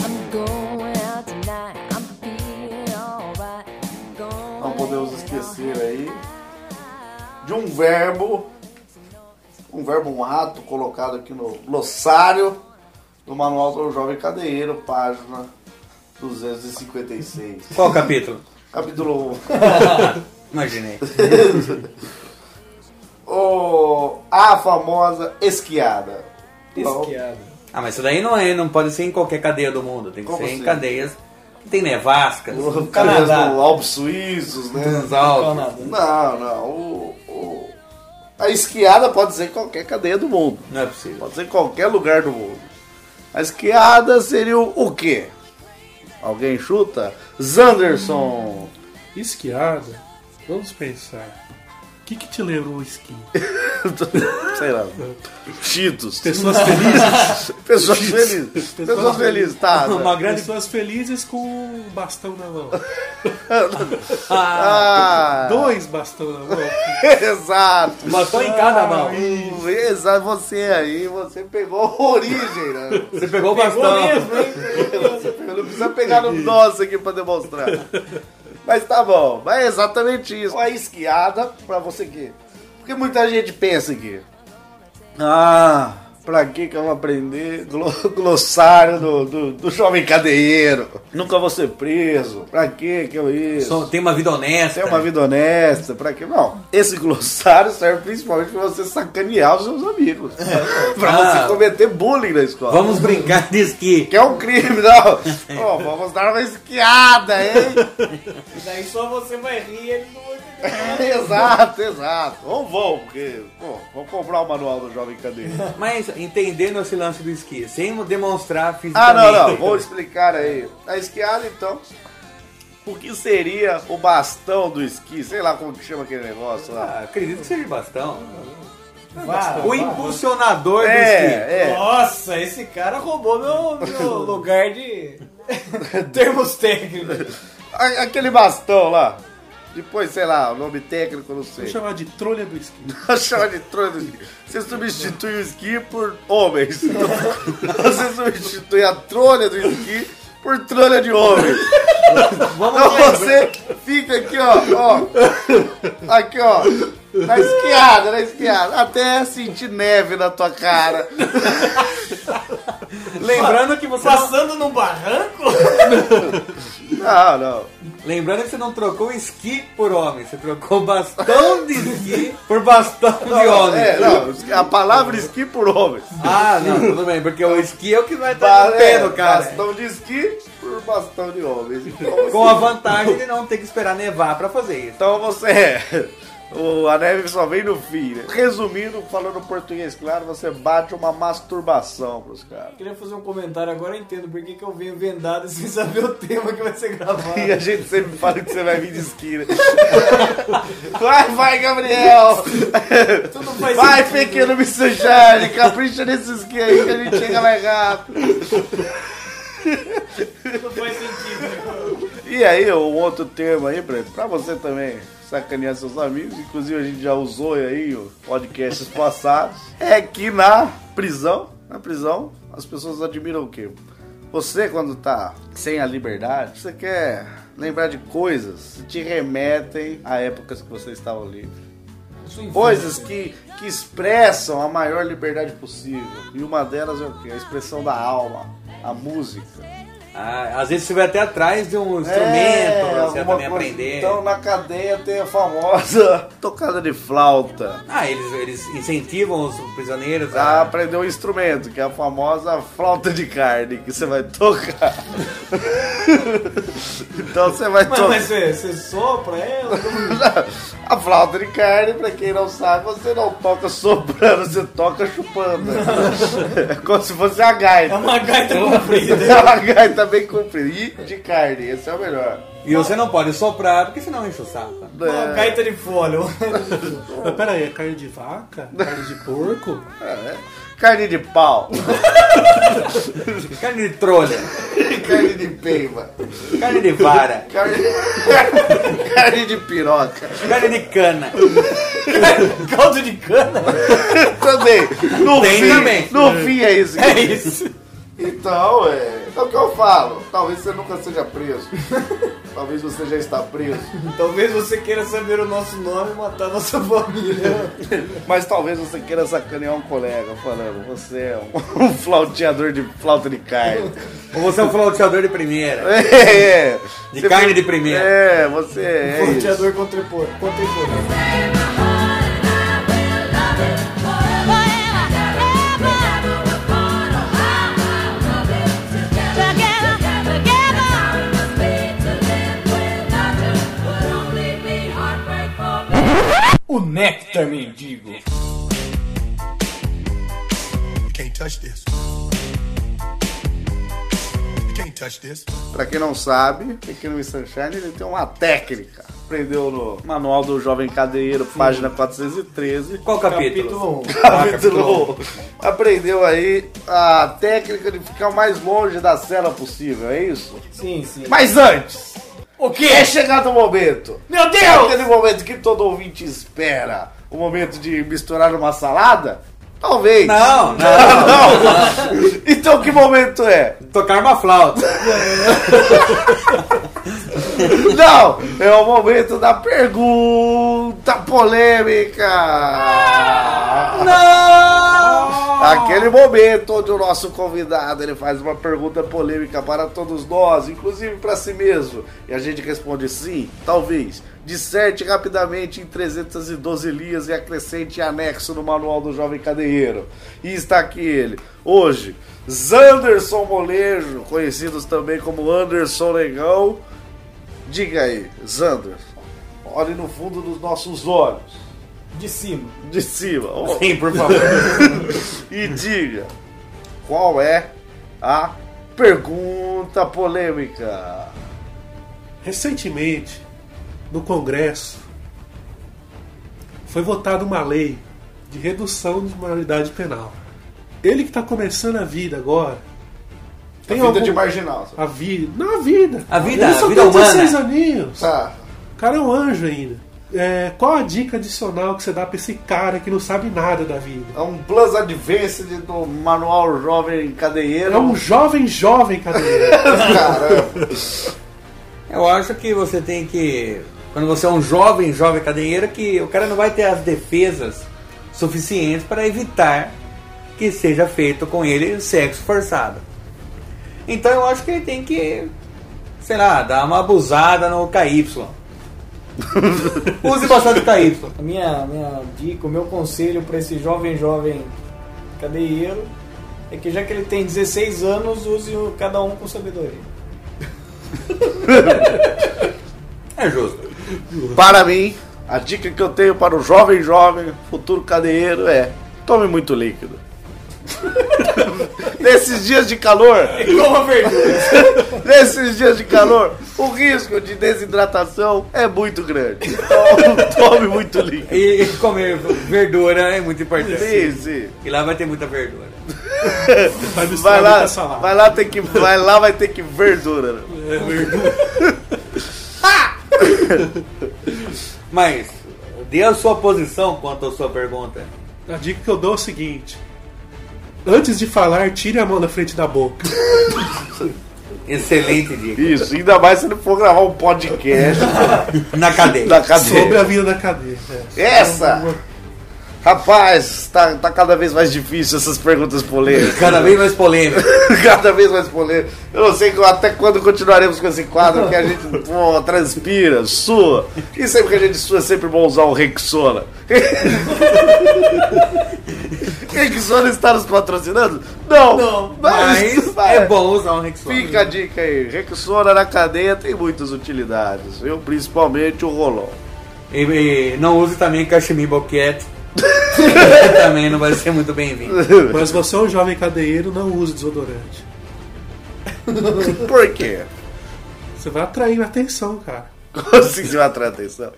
[SPEAKER 10] I'm going out tonight. I'm feeling alright.
[SPEAKER 5] não
[SPEAKER 10] Gonna
[SPEAKER 5] podemos
[SPEAKER 10] let it
[SPEAKER 5] esquecer aí de um verbo, um verbo, um ato colocado aqui no glossário do Manual do Jovem Cadeiro, página 256.
[SPEAKER 7] Qual o capítulo?
[SPEAKER 5] Capítulo 1.
[SPEAKER 7] Imaginei.
[SPEAKER 5] Oh, a famosa esquiada. Então,
[SPEAKER 4] Esquiado.
[SPEAKER 7] Ah, mas isso daí não, é, não pode ser em qualquer cadeia do mundo. Tem que
[SPEAKER 5] Como
[SPEAKER 7] ser em
[SPEAKER 5] assim?
[SPEAKER 7] cadeias que tem nevascas,
[SPEAKER 5] Os caras
[SPEAKER 4] Canadá.
[SPEAKER 5] do Alpes Suíços, né?
[SPEAKER 7] nos altos.
[SPEAKER 4] Canadá.
[SPEAKER 5] Não, não. o- o- a esquiada pode ser em qualquer cadeia do mundo.
[SPEAKER 7] Não é possível.
[SPEAKER 5] Pode ser em qualquer lugar do mundo. A esquiada seria o, o quê? Alguém chuta? Zanderson.
[SPEAKER 8] Esquiada? Vamos pensar. O que, que te lembra um esqui?
[SPEAKER 5] Sei lá. Cheetos.
[SPEAKER 8] Pessoas felizes?
[SPEAKER 5] Pessoas felizes. Pessoas felizes, tá.
[SPEAKER 7] Uma grande
[SPEAKER 8] Pessoas felizes com um bastão na mão.
[SPEAKER 5] Ah,
[SPEAKER 8] Dois bastão na mão.
[SPEAKER 5] exato.
[SPEAKER 7] Matou em cada mão.
[SPEAKER 5] Hum, Exato, você aí, você pegou a origem, né?
[SPEAKER 7] Você pegou o bastão.
[SPEAKER 5] Eu não precisa pegar no nosso aqui pra demonstrar. Mas tá bom, mas é exatamente isso. A esquiada pra você quê? Porque muita gente pensa que. Ah, Pra que que eu vou aprender glo- glossário do, do, do jovem cadeieiro? Nunca vou ser preso. Pra que que eu isso?
[SPEAKER 7] Só tem uma vida honesta.
[SPEAKER 5] Ter uma vida honesta, pra que? Não, esse glossário serve principalmente pra você sacanear os seus amigos. pra
[SPEAKER 7] Ah.
[SPEAKER 5] você cometer bullying na escola.
[SPEAKER 7] Vamos brincar disso que
[SPEAKER 5] Que é um crime, não. Ó, vamos dar uma esquiada, hein?
[SPEAKER 4] E daí só você vai rir e ele não vai entender.
[SPEAKER 7] É.
[SPEAKER 5] exato, exato. Ou vão, porque, pô, vou comprar o manual do jovem cadeieiro.
[SPEAKER 7] Mas entendendo esse lance do esqui, sem demonstrar
[SPEAKER 5] Ah,
[SPEAKER 7] fisicamente.
[SPEAKER 5] não, não, vou explicar aí. A esquiada, então, o que seria o bastão do esqui? Sei lá como que chama aquele negócio lá.
[SPEAKER 7] Ah, acredito que seja bastão.
[SPEAKER 4] Vá,
[SPEAKER 7] O impulsionador do esqui.
[SPEAKER 5] Ah, É, é.
[SPEAKER 4] Nossa, esse cara roubou meu, meu lugar de termos técnicos.
[SPEAKER 5] A- Aquele bastão lá. Depois, sei lá, o nome técnico, não sei.
[SPEAKER 8] Vou chamar de trolha do esqui.
[SPEAKER 5] Chama de trolha do esqui. Você substitui o esqui por homens. Então, Você substitui a trolha do esqui por trolha de homens.
[SPEAKER 7] Vamos
[SPEAKER 5] Então
[SPEAKER 7] lembrar.
[SPEAKER 5] você fica aqui, ó, ó. Aqui, ó. Na esquiada, na esquiada. Até sentir neve na tua cara.
[SPEAKER 7] Lembrando que você não,
[SPEAKER 4] Passando num barranco?
[SPEAKER 5] Não, não.
[SPEAKER 7] lembrando que você não trocou esqui por homem, você trocou bastão de esqui por bastão de homem.
[SPEAKER 5] É, não. A palavra esqui por homens.
[SPEAKER 7] Ah, não, tudo bem, porque o esqui é o que vai estar
[SPEAKER 5] Ba-
[SPEAKER 7] no
[SPEAKER 5] é,
[SPEAKER 7] pé do cara.
[SPEAKER 5] Bastão de esqui por bastão de homens.
[SPEAKER 7] Com a vantagem de não ter que esperar nevar pra fazer isso.
[SPEAKER 5] Então você é. O, a neve só vem no fim, né? Resumindo, falando português claro, você bate uma masturbação pros caras.
[SPEAKER 4] Queria fazer um comentário agora, eu entendo por que, que eu venho vendado sem saber o tema que vai ser gravado.
[SPEAKER 5] E a gente sempre fala que você vai vir de esquina. Vai, vai, Gabriel!
[SPEAKER 4] Tudo faz
[SPEAKER 5] Vai,
[SPEAKER 4] sentido.
[SPEAKER 5] pequeno Miss Sunshine! Capricha nesse esqui aí que a gente chega mais rápido.
[SPEAKER 4] Tudo faz sentido.
[SPEAKER 5] E aí, um outro termo aí, Breno, pra você também sacanear seus amigos, inclusive a gente já usou aí o podcasts passados, é que na prisão, na prisão, as pessoas admiram o quê? Você, quando tá sem a liberdade, você quer lembrar de coisas que te remetem a épocas que você estava livre. Coisas que, que expressam a maior liberdade possível. E uma delas é o quê? A expressão da alma, a música.
[SPEAKER 7] Ah, às vezes você vai até atrás de um instrumento
[SPEAKER 5] É,
[SPEAKER 7] pra você
[SPEAKER 5] alguma
[SPEAKER 7] também
[SPEAKER 5] coisa.
[SPEAKER 7] aprender.
[SPEAKER 5] Então na cadeia tem a famosa tocada de flauta.
[SPEAKER 7] Ah, eles, eles incentivam os prisioneiros
[SPEAKER 5] A
[SPEAKER 7] a.
[SPEAKER 5] aprender um instrumento, que é a famosa flauta de carne, que você vai tocar. então você vai
[SPEAKER 4] Mas, mas
[SPEAKER 5] tocar.
[SPEAKER 4] você, você sopra ela? é?
[SPEAKER 5] A flauta de carne, pra quem não sabe, você não toca soprando, você toca chupando. é como se fosse a
[SPEAKER 4] É
[SPEAKER 5] gaita.
[SPEAKER 4] uma gaita comprida. né?
[SPEAKER 5] É uma gaita bem comprida. E de carne, esse é o melhor.
[SPEAKER 7] E você não pode soprar, porque senão enche o saco.
[SPEAKER 4] Uma gaita de folha.
[SPEAKER 8] Mas pera aí, é carne de vaca? Carne de porco?
[SPEAKER 5] Carne de pau,
[SPEAKER 7] Carne de trolha,
[SPEAKER 5] carne de peiva.
[SPEAKER 7] carne de vara,
[SPEAKER 5] Carne, carne de piroca.
[SPEAKER 7] carne de cana.
[SPEAKER 4] Caldo de cana?
[SPEAKER 5] Também. No
[SPEAKER 7] Tem
[SPEAKER 5] fim,
[SPEAKER 7] também.
[SPEAKER 5] No fim é isso.
[SPEAKER 4] É isso.
[SPEAKER 5] Então, é. É o que eu falo. Talvez você nunca seja preso. Talvez você já está preso.
[SPEAKER 4] Talvez você queira saber o nosso nome e matar nossa família.
[SPEAKER 5] Mas talvez você queira sacanear um colega falando, você é um, um flauteador de flauta de carne.
[SPEAKER 7] Ou você é um flauteador de primeira.
[SPEAKER 5] É, é.
[SPEAKER 7] De carne de primeira.
[SPEAKER 5] É, você é. isso.
[SPEAKER 4] Sorteador contemporâneo. contemporâneo.
[SPEAKER 6] O néctar mendigo.
[SPEAKER 11] Can't touch this. Can't touch this.
[SPEAKER 5] Pra quem não sabe, Pequeno Miss Sunshine ele tem uma técnica. Aprendeu no Manual do Jovem Cadeiro, página 413.
[SPEAKER 7] Qual capítulo?
[SPEAKER 4] Capítulo 1.
[SPEAKER 5] Capítulo aprendeu aí a técnica de ficar o mais longe da cela possível, é isso?
[SPEAKER 4] Sim, sim.
[SPEAKER 5] Mas antes,
[SPEAKER 4] o
[SPEAKER 5] é chegado o momento.
[SPEAKER 4] Meu
[SPEAKER 5] É
[SPEAKER 4] Deus!
[SPEAKER 5] aquele momento que todo ouvinte espera. O momento de misturar uma salada? Talvez.
[SPEAKER 7] Não, não.
[SPEAKER 5] Então que momento é?
[SPEAKER 7] Tocar uma flauta.
[SPEAKER 5] Não, é o momento da pergunta polêmica.
[SPEAKER 7] Não!
[SPEAKER 5] Aquele momento onde o nosso convidado ele faz uma pergunta polêmica para todos nós, inclusive para si mesmo, e a gente responde sim, talvez. Disserte rapidamente em 312 linhas e acrescente anexo no manual do jovem cadeieiro. E está aqui ele, hoje, Zanderson Molejo, conhecidos também como Anderson Negão. Diga aí, Zanderson, olhe no fundo dos nossos olhos.
[SPEAKER 4] De cima.
[SPEAKER 5] De cima. ó.
[SPEAKER 7] Sim, por favor.
[SPEAKER 5] e diga qual é a pergunta polêmica.
[SPEAKER 8] Recentemente, no Congresso, foi votada uma lei de redução de maioridade penal. Ele que está começando a vida agora. Tem
[SPEAKER 5] a vida
[SPEAKER 8] algum-
[SPEAKER 5] de marginal.
[SPEAKER 8] A vida. Não, a vida.
[SPEAKER 7] A vida,
[SPEAKER 8] Ele só
[SPEAKER 7] a vida
[SPEAKER 8] tem
[SPEAKER 7] humana.
[SPEAKER 8] 16 aninhos.
[SPEAKER 5] Tá.
[SPEAKER 8] O cara é um anjo ainda. É, qual a dica adicional que você dá pra esse cara que não sabe nada da vida?
[SPEAKER 5] É um plus advanced do manual jovem cadeieiro.
[SPEAKER 8] É um jovem, jovem cadeira.
[SPEAKER 5] Caramba.
[SPEAKER 7] Eu acho que você tem que. Quando você é um jovem, jovem cadeieiro, que o cara não vai ter as defesas suficientes para evitar que seja feito com ele sexo forçado. Então eu acho que ele tem que, sei lá, dar uma abusada no KY. Use bastante KY.
[SPEAKER 4] A minha, minha dica, o meu conselho pra esse jovem, jovem cadeieiro é que já que ele tem 16 anos, use o- cada um com sabedoria.
[SPEAKER 7] É justo.
[SPEAKER 5] para mim, a dica que eu tenho para o jovem jovem, futuro cadeieiro é tome muito líquido. Nesses dias de calor,
[SPEAKER 7] Como verdura.
[SPEAKER 5] Nesses dias de calor, o risco de desidratação é muito grande. Então, tome muito líquido.
[SPEAKER 7] E e comer verdura é muito importante.
[SPEAKER 5] Sim, sim.
[SPEAKER 7] E lá vai ter muita verdura.
[SPEAKER 8] Vai misturar
[SPEAKER 5] Vai lá,
[SPEAKER 8] muita salada.
[SPEAKER 5] vai lá, tem que, vai lá, vai ter que verdura. né?
[SPEAKER 7] Mas, dê a sua posição quanto à sua pergunta.
[SPEAKER 8] A dica que eu dou é o seguinte. Antes de falar, tire a mão da frente da boca.
[SPEAKER 7] Excelente dica.
[SPEAKER 5] Isso, ainda mais se ele for gravar um podcast
[SPEAKER 7] Na cadeia.
[SPEAKER 5] na cadeira.
[SPEAKER 8] Sobre a vida da cadeira. É.
[SPEAKER 5] Essa! Rapaz, tá, tá cada vez mais difícil essas perguntas polêmicas.
[SPEAKER 7] Cada vez mais polêmico.
[SPEAKER 5] Cada vez mais polêmico. Eu não sei que- até quando continuaremos com esse quadro que a gente pô, transpira, sua. E sempre que a gente sua, é sempre bom usar o Rexona. Rexona está nos patrocinando? Não! Não,
[SPEAKER 7] Mas é bom usar um Rexona.
[SPEAKER 5] Fica a dica aí. Rexona na cadeia tem muitas utilidades, viu? Principalmente o rolão.
[SPEAKER 7] E, e não use também cachemir boquete. que também não vai ser muito bem-vindo.
[SPEAKER 8] Mas você é um jovem cadeiro, não use desodorante.
[SPEAKER 5] Por quê?
[SPEAKER 8] Você vai atraindo atenção, cara.
[SPEAKER 5] Como assim você vai atrair atenção?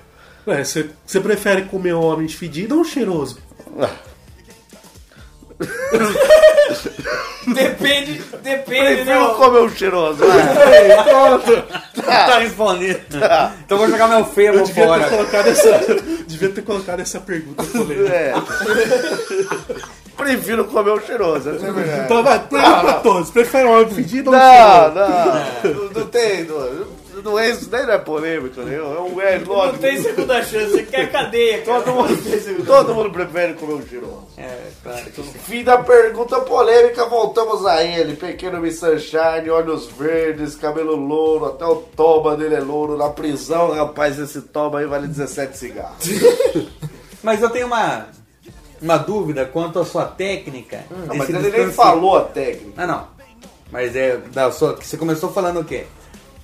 [SPEAKER 8] Ué, você, você prefere comer um homem fedido ou um cheiroso?
[SPEAKER 4] Depende, depende, né?
[SPEAKER 5] Prefiro comer um cheiroso. vai. Ah.
[SPEAKER 7] Tá respondendo. Então vou jogar meu
[SPEAKER 8] Eu
[SPEAKER 7] febo
[SPEAKER 8] devia ter,
[SPEAKER 7] fora.
[SPEAKER 8] colocado essa, devia ter colocado essa pergunta né? polêmica.
[SPEAKER 5] É. Prefiro comer um cheiroso, essa é verdade.
[SPEAKER 8] Então vai, pergunta pra todos. Prefere um homem fedido ou um
[SPEAKER 5] Não,
[SPEAKER 8] cheiroso?
[SPEAKER 7] né?
[SPEAKER 5] não, não tem, não, não é isso, nem não é polêmico, né? É um é lógico.
[SPEAKER 4] Não tem segunda chance, você quer cadeia, cara.
[SPEAKER 5] Todo mundo, todo mundo prefere comer um cheiroso. Então,
[SPEAKER 7] É, claro.
[SPEAKER 5] Fim da pergunta polêmica, voltamos a ele. Pequeno Miss Sunshine, olhos verdes, cabelo louro, até o toba dele é louro. Na prisão, rapaz, esse toba aí vale 17 cigarros.
[SPEAKER 7] Mas eu tenho uma, uma dúvida quanto à sua técnica.
[SPEAKER 5] Hum. Não, mas
[SPEAKER 7] desse
[SPEAKER 5] ele nem
[SPEAKER 7] descanso-
[SPEAKER 5] falou a técnica.
[SPEAKER 7] Ah, não. Mas é da sua. que Você começou falando o quê?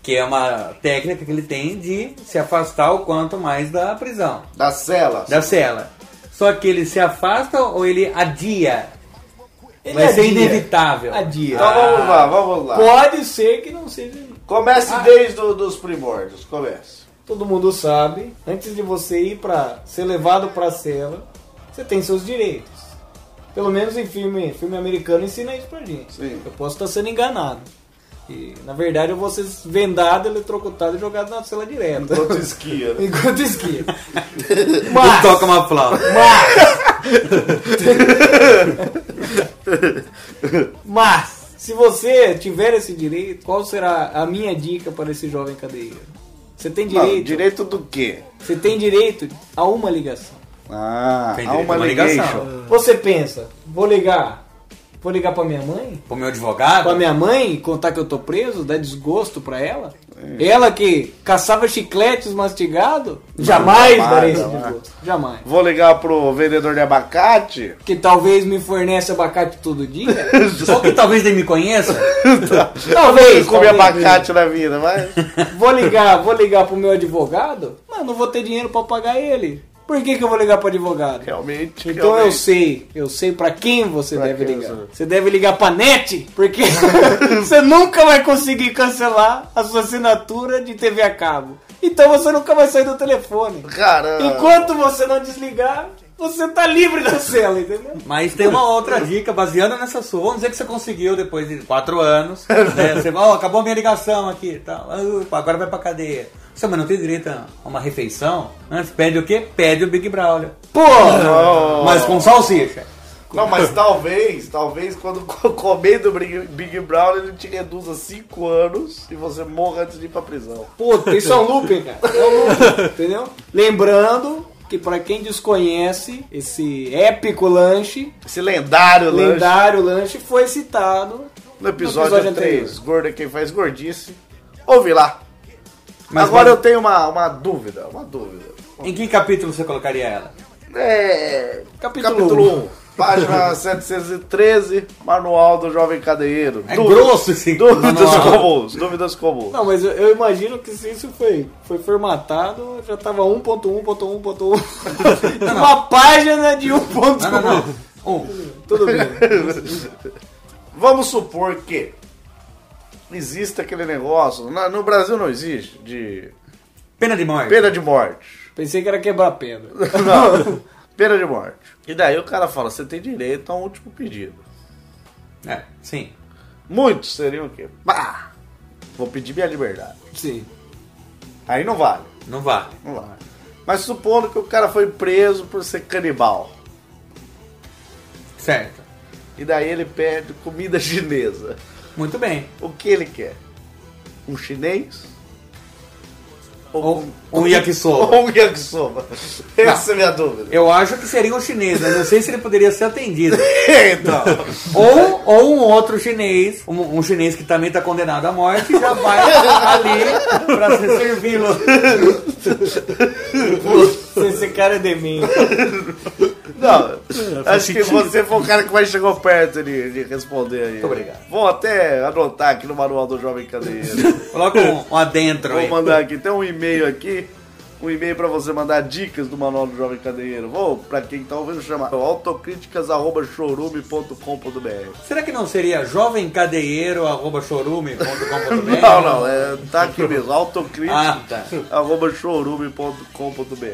[SPEAKER 7] Que é uma técnica que ele tem de se afastar o quanto mais da prisão.
[SPEAKER 5] Da cela.
[SPEAKER 7] da cela. Só que ele se afasta ou ele adia?
[SPEAKER 4] Ele
[SPEAKER 7] Vai ser
[SPEAKER 4] adia.
[SPEAKER 7] inevitável.
[SPEAKER 4] Adia.
[SPEAKER 5] é Então vamos lá, vamos lá.
[SPEAKER 4] é. Pode ser que não seja.
[SPEAKER 5] Comece desde os primórdios, comece.
[SPEAKER 4] Todo mundo sabe, antes de você ir para ser levado para a cela, você tem seus direitos. Pelo menos em filme, filme americano ensina isso pra gente.
[SPEAKER 5] Sim.
[SPEAKER 4] Eu posso estar sendo enganado. E, na verdade, eu vou ser vendado, eletrocutado e jogado na cela direta.
[SPEAKER 5] Enquanto esquia, né?
[SPEAKER 4] Enquanto esquia.
[SPEAKER 7] Ele toca uma flauta.
[SPEAKER 4] Mas, se você tiver esse direito, qual será a minha dica para esse jovem cadeieiro? Você tem
[SPEAKER 5] Não,
[SPEAKER 4] direito,
[SPEAKER 5] direito do quê?
[SPEAKER 4] você tem direito a uma ligação.
[SPEAKER 5] Ah,
[SPEAKER 7] Tem
[SPEAKER 5] há
[SPEAKER 7] direito
[SPEAKER 5] uma
[SPEAKER 7] a uma
[SPEAKER 5] ligação.
[SPEAKER 7] ligação.
[SPEAKER 4] Você pensa, vou ligar Vou ligar pra minha mãe?
[SPEAKER 7] Pro meu advogado?
[SPEAKER 4] Pra minha mãe contar que eu tô preso? Dar desgosto pra ela?
[SPEAKER 5] É.
[SPEAKER 4] Ela que caçava chicletes mastigado? Jamais
[SPEAKER 5] jamais,
[SPEAKER 4] darei esse
[SPEAKER 5] jamais.
[SPEAKER 4] desgosto. Jamais.
[SPEAKER 5] Vou ligar pro vendedor de abacate.
[SPEAKER 4] Que talvez me fornece abacate todo dia?
[SPEAKER 7] Só que talvez nem me conheça.
[SPEAKER 5] Quem
[SPEAKER 4] talvez.
[SPEAKER 5] come
[SPEAKER 4] talvez
[SPEAKER 5] abacate na vida, mas.
[SPEAKER 4] mesmo. Vou ligar, "Ah, vou ligar pro meu advogado? Mas não vou ter dinheiro pra pagar ele. Por que, que eu vou ligar pro advogado?
[SPEAKER 5] Realmente.
[SPEAKER 4] Então eu
[SPEAKER 5] realmente.
[SPEAKER 4] sei, eu sei pra quem você
[SPEAKER 5] Pra
[SPEAKER 4] deve
[SPEAKER 5] quem
[SPEAKER 4] ligar.
[SPEAKER 5] você-
[SPEAKER 4] Você deve ligar pra NET, porque você nunca vai conseguir cancelar a sua assinatura de TV a cabo. Então você nunca vai sair do telefone.
[SPEAKER 5] Caramba.
[SPEAKER 4] Enquanto você não desligar, você tá livre da cela, entendeu?
[SPEAKER 7] Mas tem uma outra dica baseada nessa sua. Vamos dizer que você conseguiu depois de quatro anos. né? Você fala, ó, acabou a minha ligação aqui. Tá. Upa, agora vai pra cadeia. Você, mas não tem direito a uma refeição? Antes pede o quê? Pede o Big Browler.
[SPEAKER 4] Pô!
[SPEAKER 7] Mas com salsicha.
[SPEAKER 5] Não, mas talvez, talvez quando co- comer do Big, Big Brown ele te reduza 5 anos e você morra antes de ir pra prisão.
[SPEAKER 4] Puta, isso é um looping, cara. É um looping, entendeu? Lembrando que pra quem desconhece esse épico lanche,
[SPEAKER 5] Esse lendário lanche
[SPEAKER 4] lendário lanche, foi citado
[SPEAKER 5] no episódio,
[SPEAKER 4] no episódio
[SPEAKER 5] 3.
[SPEAKER 4] anterior.
[SPEAKER 5] Gordo é quem faz gordice. Ouve lá.
[SPEAKER 7] Mas
[SPEAKER 5] Agora
[SPEAKER 7] vamos-
[SPEAKER 5] eu tenho uma, uma dúvida, uma dúvida.
[SPEAKER 7] Em que capítulo você colocaria ela?
[SPEAKER 5] É...
[SPEAKER 4] Capítulo um.
[SPEAKER 5] Capítulo 1. Página 713, Manual do Jovem Cadeieiro.
[SPEAKER 7] É grosso esse
[SPEAKER 5] Dúvidas
[SPEAKER 7] manual.
[SPEAKER 5] comuns, dúvidas comuns.
[SPEAKER 4] Não, mas eu, eu imagino que se isso foi, foi formatado, já tava 1.1.1.1. Uma página de 1.1.
[SPEAKER 7] Não, não, não. Um.
[SPEAKER 4] Tudo bem.
[SPEAKER 5] é Vamos supor que existe aquele negócio, na- no Brasil não existe, de
[SPEAKER 7] Pena de morte.
[SPEAKER 5] pena de morte.
[SPEAKER 4] Pensei que era quebrar pedra.
[SPEAKER 5] Não, pena de morte. E daí o cara fala, você tem direito a um último pedido.
[SPEAKER 7] É, sim.
[SPEAKER 5] Muitos seriam o quê? Pá, vou pedir minha liberdade.
[SPEAKER 4] Sim.
[SPEAKER 5] Aí não vale,
[SPEAKER 7] Não vale.
[SPEAKER 5] não vale. Mas supondo que o cara foi preso por ser canibal.
[SPEAKER 7] Certo.
[SPEAKER 5] E daí ele pede comida chinesa.
[SPEAKER 7] Muito bem.
[SPEAKER 5] O que ele quer? Um chinês?
[SPEAKER 7] Ou um yakisoba.
[SPEAKER 5] Ou um yakisoba? Essa é a minha dúvida.
[SPEAKER 7] Eu acho que seria um chinês, mas não sei se ele poderia ser atendido.
[SPEAKER 5] Então,
[SPEAKER 7] Ou, ou um outro chinês, um, um chinês que também está condenado à morte, já vai ali para ser servi-lo.
[SPEAKER 4] Esse cara é de mim.
[SPEAKER 5] não, acho que você foi o cara que mais chegou perto de, de responder aí. Muito
[SPEAKER 7] obrigado.
[SPEAKER 5] Vou até anotar aqui no manual do Jovem Cadeiro.
[SPEAKER 7] Coloca um, um adentro
[SPEAKER 5] Vou
[SPEAKER 7] aí.
[SPEAKER 5] mandar aqui, tem um e-mail aqui. Um e-mail pra você mandar dicas do Manual do Jovem Cadeiro. Vou, pra quem tá ouvindo, chama autocríticas.chorume.com.br.
[SPEAKER 7] Será que não seria jovemcadeiro.chorume.com.br?
[SPEAKER 5] Não, não, é, tá aqui mesmo, autocríticas.
[SPEAKER 7] Ah, tá.
[SPEAKER 5] arroba chorume.com.br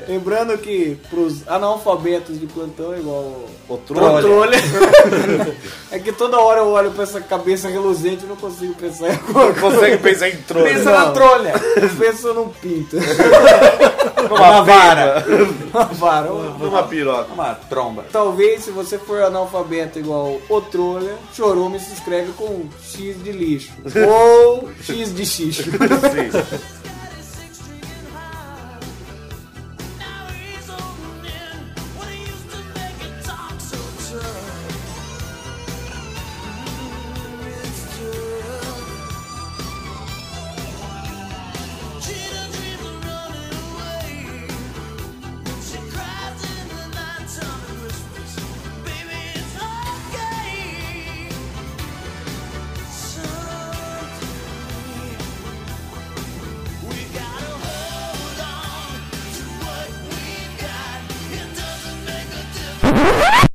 [SPEAKER 4] Lembrando que pros analfabetos de plantão é igual o
[SPEAKER 5] Trolha.
[SPEAKER 4] trolha. é que toda hora eu olho pra essa cabeça reluzente e não consigo pensar em alguma coisa.
[SPEAKER 5] Consegue pensar em né? trolha?
[SPEAKER 4] Pensa na trolha. Pensa num pinto.
[SPEAKER 7] Uma vara.
[SPEAKER 4] Uma vara. uma-
[SPEAKER 5] Numa piroca.
[SPEAKER 7] Uma tromba.
[SPEAKER 4] Talvez se você for analfabeto igual o Trolha, Chorume se escreve com um. X de lixo. Ou X de xixo.
[SPEAKER 5] Sim.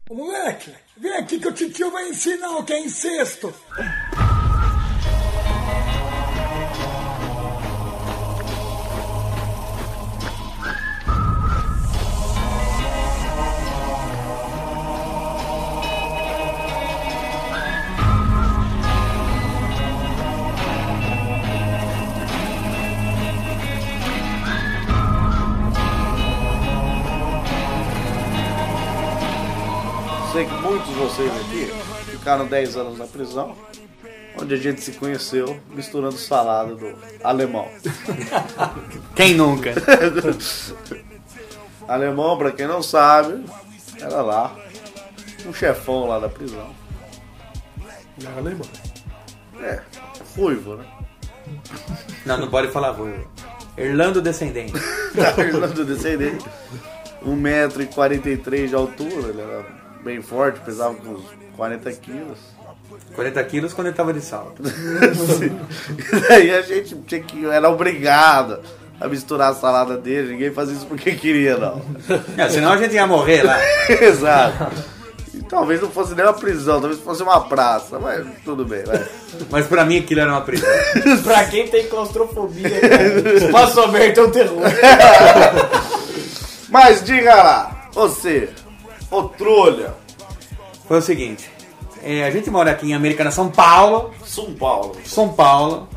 [SPEAKER 6] Ô, moleque, vem aqui que o titio vai ensinar o que é incesto.
[SPEAKER 5] Sei que muitos de vocês aqui ficaram 10 anos na prisão, onde a gente se conheceu misturando salada do alemão.
[SPEAKER 7] Quem nunca?
[SPEAKER 5] alemão, pra quem não sabe, era lá um chefão lá da prisão.
[SPEAKER 8] Na Alemanha.
[SPEAKER 5] É, ruivo, né?
[SPEAKER 7] Não, não pode falar ruivo. Irlando descendente.
[SPEAKER 5] da Irlanda descendente. 1,43m de altura, ele era bem forte, pesava uns 40 quilos.
[SPEAKER 7] 40 quilos quando ele tava de salto.
[SPEAKER 5] e daí a gente tinha que, era obrigado a misturar a salada dele, ninguém fazia isso porque queria, não.
[SPEAKER 7] É, senão a gente ia morrer lá.
[SPEAKER 5] Exato. E talvez não fosse nem uma prisão, talvez fosse uma praça, mas tudo bem, vai.
[SPEAKER 7] Mas pra mim aquilo era uma prisão.
[SPEAKER 4] pra quem tem claustrofobia, cara, espaço aberto é um terror.
[SPEAKER 5] Mas diga lá, você, ô trolha,
[SPEAKER 7] Foi o seguinte. é, a gente mora aqui em Americana, São Paulo.
[SPEAKER 5] São Paulo.
[SPEAKER 7] São Paulo.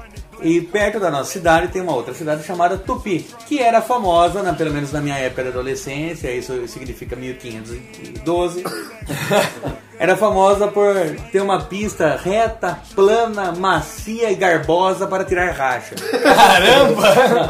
[SPEAKER 7] E perto da nossa cidade tem uma outra cidade chamada Tupi, que era famosa, na- pelo menos na minha época de adolescência, isso significa 1512. era famosa por ter uma pista reta, plana, macia e garbosa para tirar racha.
[SPEAKER 5] A,
[SPEAKER 7] Era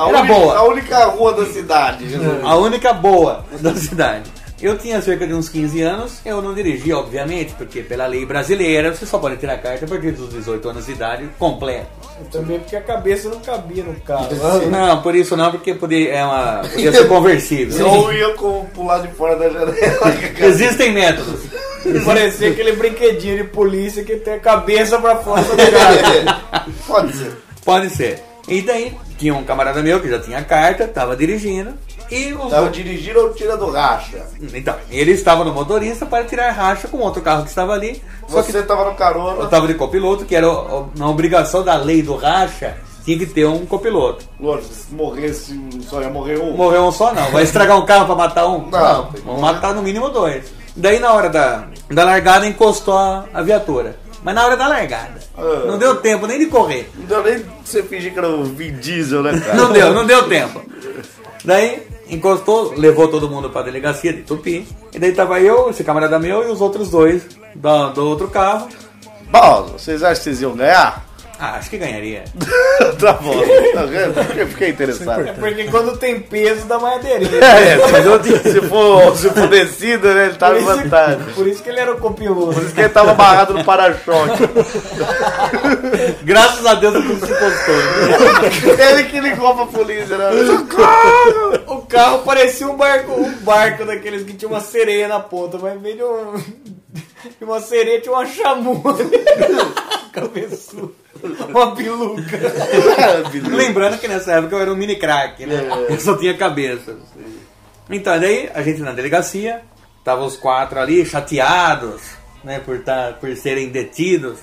[SPEAKER 5] única-
[SPEAKER 7] boa.
[SPEAKER 5] a única rua da cidade. Jesus.
[SPEAKER 7] A única boa da cidade. Eu tinha cerca de uns 15 anos, eu não dirigia, obviamente, porque pela lei brasileira você só pode tirar carta a partir dos 18 anos de idade completa.
[SPEAKER 4] Também porque a cabeça não cabia no carro.
[SPEAKER 7] Não, por isso não, porque podia, é uma, podia ser conversível.
[SPEAKER 5] Ou ia com, pular de fora da janela.
[SPEAKER 7] Existem métodos.
[SPEAKER 4] Parecia aquele brinquedinho de polícia que tem a cabeça pra fora do carro.
[SPEAKER 5] Pode ser.
[SPEAKER 7] Pode ser. E daí, tinha um camarada meu que já tinha carta, tava dirigindo, e os
[SPEAKER 5] Tava dirigindo É ou tira do racha?
[SPEAKER 7] Então, ele estava no motorista para tirar racha com outro carro que estava ali, só que
[SPEAKER 5] Você tava no
[SPEAKER 7] eu
[SPEAKER 5] carona,
[SPEAKER 7] estava de copiloto, que era o- o- na obrigação da lei do racha, tinha que ter um copiloto.
[SPEAKER 5] lógico, se morresse, só ia morrer um.
[SPEAKER 7] Morreu um só não. Vai estragar um carro pra matar um?
[SPEAKER 5] Não.
[SPEAKER 7] Vão matar no mínimo dois. Daí na hora da, da largada encostou a, a viatura. Mas na hora da largada.
[SPEAKER 5] Ah.
[SPEAKER 7] Não deu tempo nem de correr.
[SPEAKER 5] Não deu nem você fingir que era o Vin Diesel, né, cara?
[SPEAKER 7] Não deu, não deu tempo. Daí encostou, levou todo mundo pra delegacia de Tupi. E daí tava eu, esse camarada meu e os outros dois da- do outro carro.
[SPEAKER 5] Bom, vocês acham que vocês iam ganhar?
[SPEAKER 7] Ah, acho que ganharia.
[SPEAKER 5] tá bom, tá vendo? Fiquei- Fiquei interessado.
[SPEAKER 4] É porque quando tem peso dá mais aderência.
[SPEAKER 5] É, é, se, não tinha- se for, se for descida, né, ele tava em vantagem.
[SPEAKER 4] por isso que ele era o copiloto.
[SPEAKER 5] Por isso que ele tava amarrado no para-choque.
[SPEAKER 7] Graças a Deus não se encostou.
[SPEAKER 5] Ele que ligou pra polícia, né?
[SPEAKER 4] O carro parecia um barco, um barco daqueles que tinha uma sereia na ponta, mas veio de um- de uma sereia tinha uma chamua. Cabeçudo. Uma peluca.
[SPEAKER 5] É,
[SPEAKER 7] Lembrando que nessa época eu era um mini crack, né? Eu só tinha cabeça. Então, daí a gente na delegacia, tava os quatro ali chateados, né, por, tá, por serem detidos.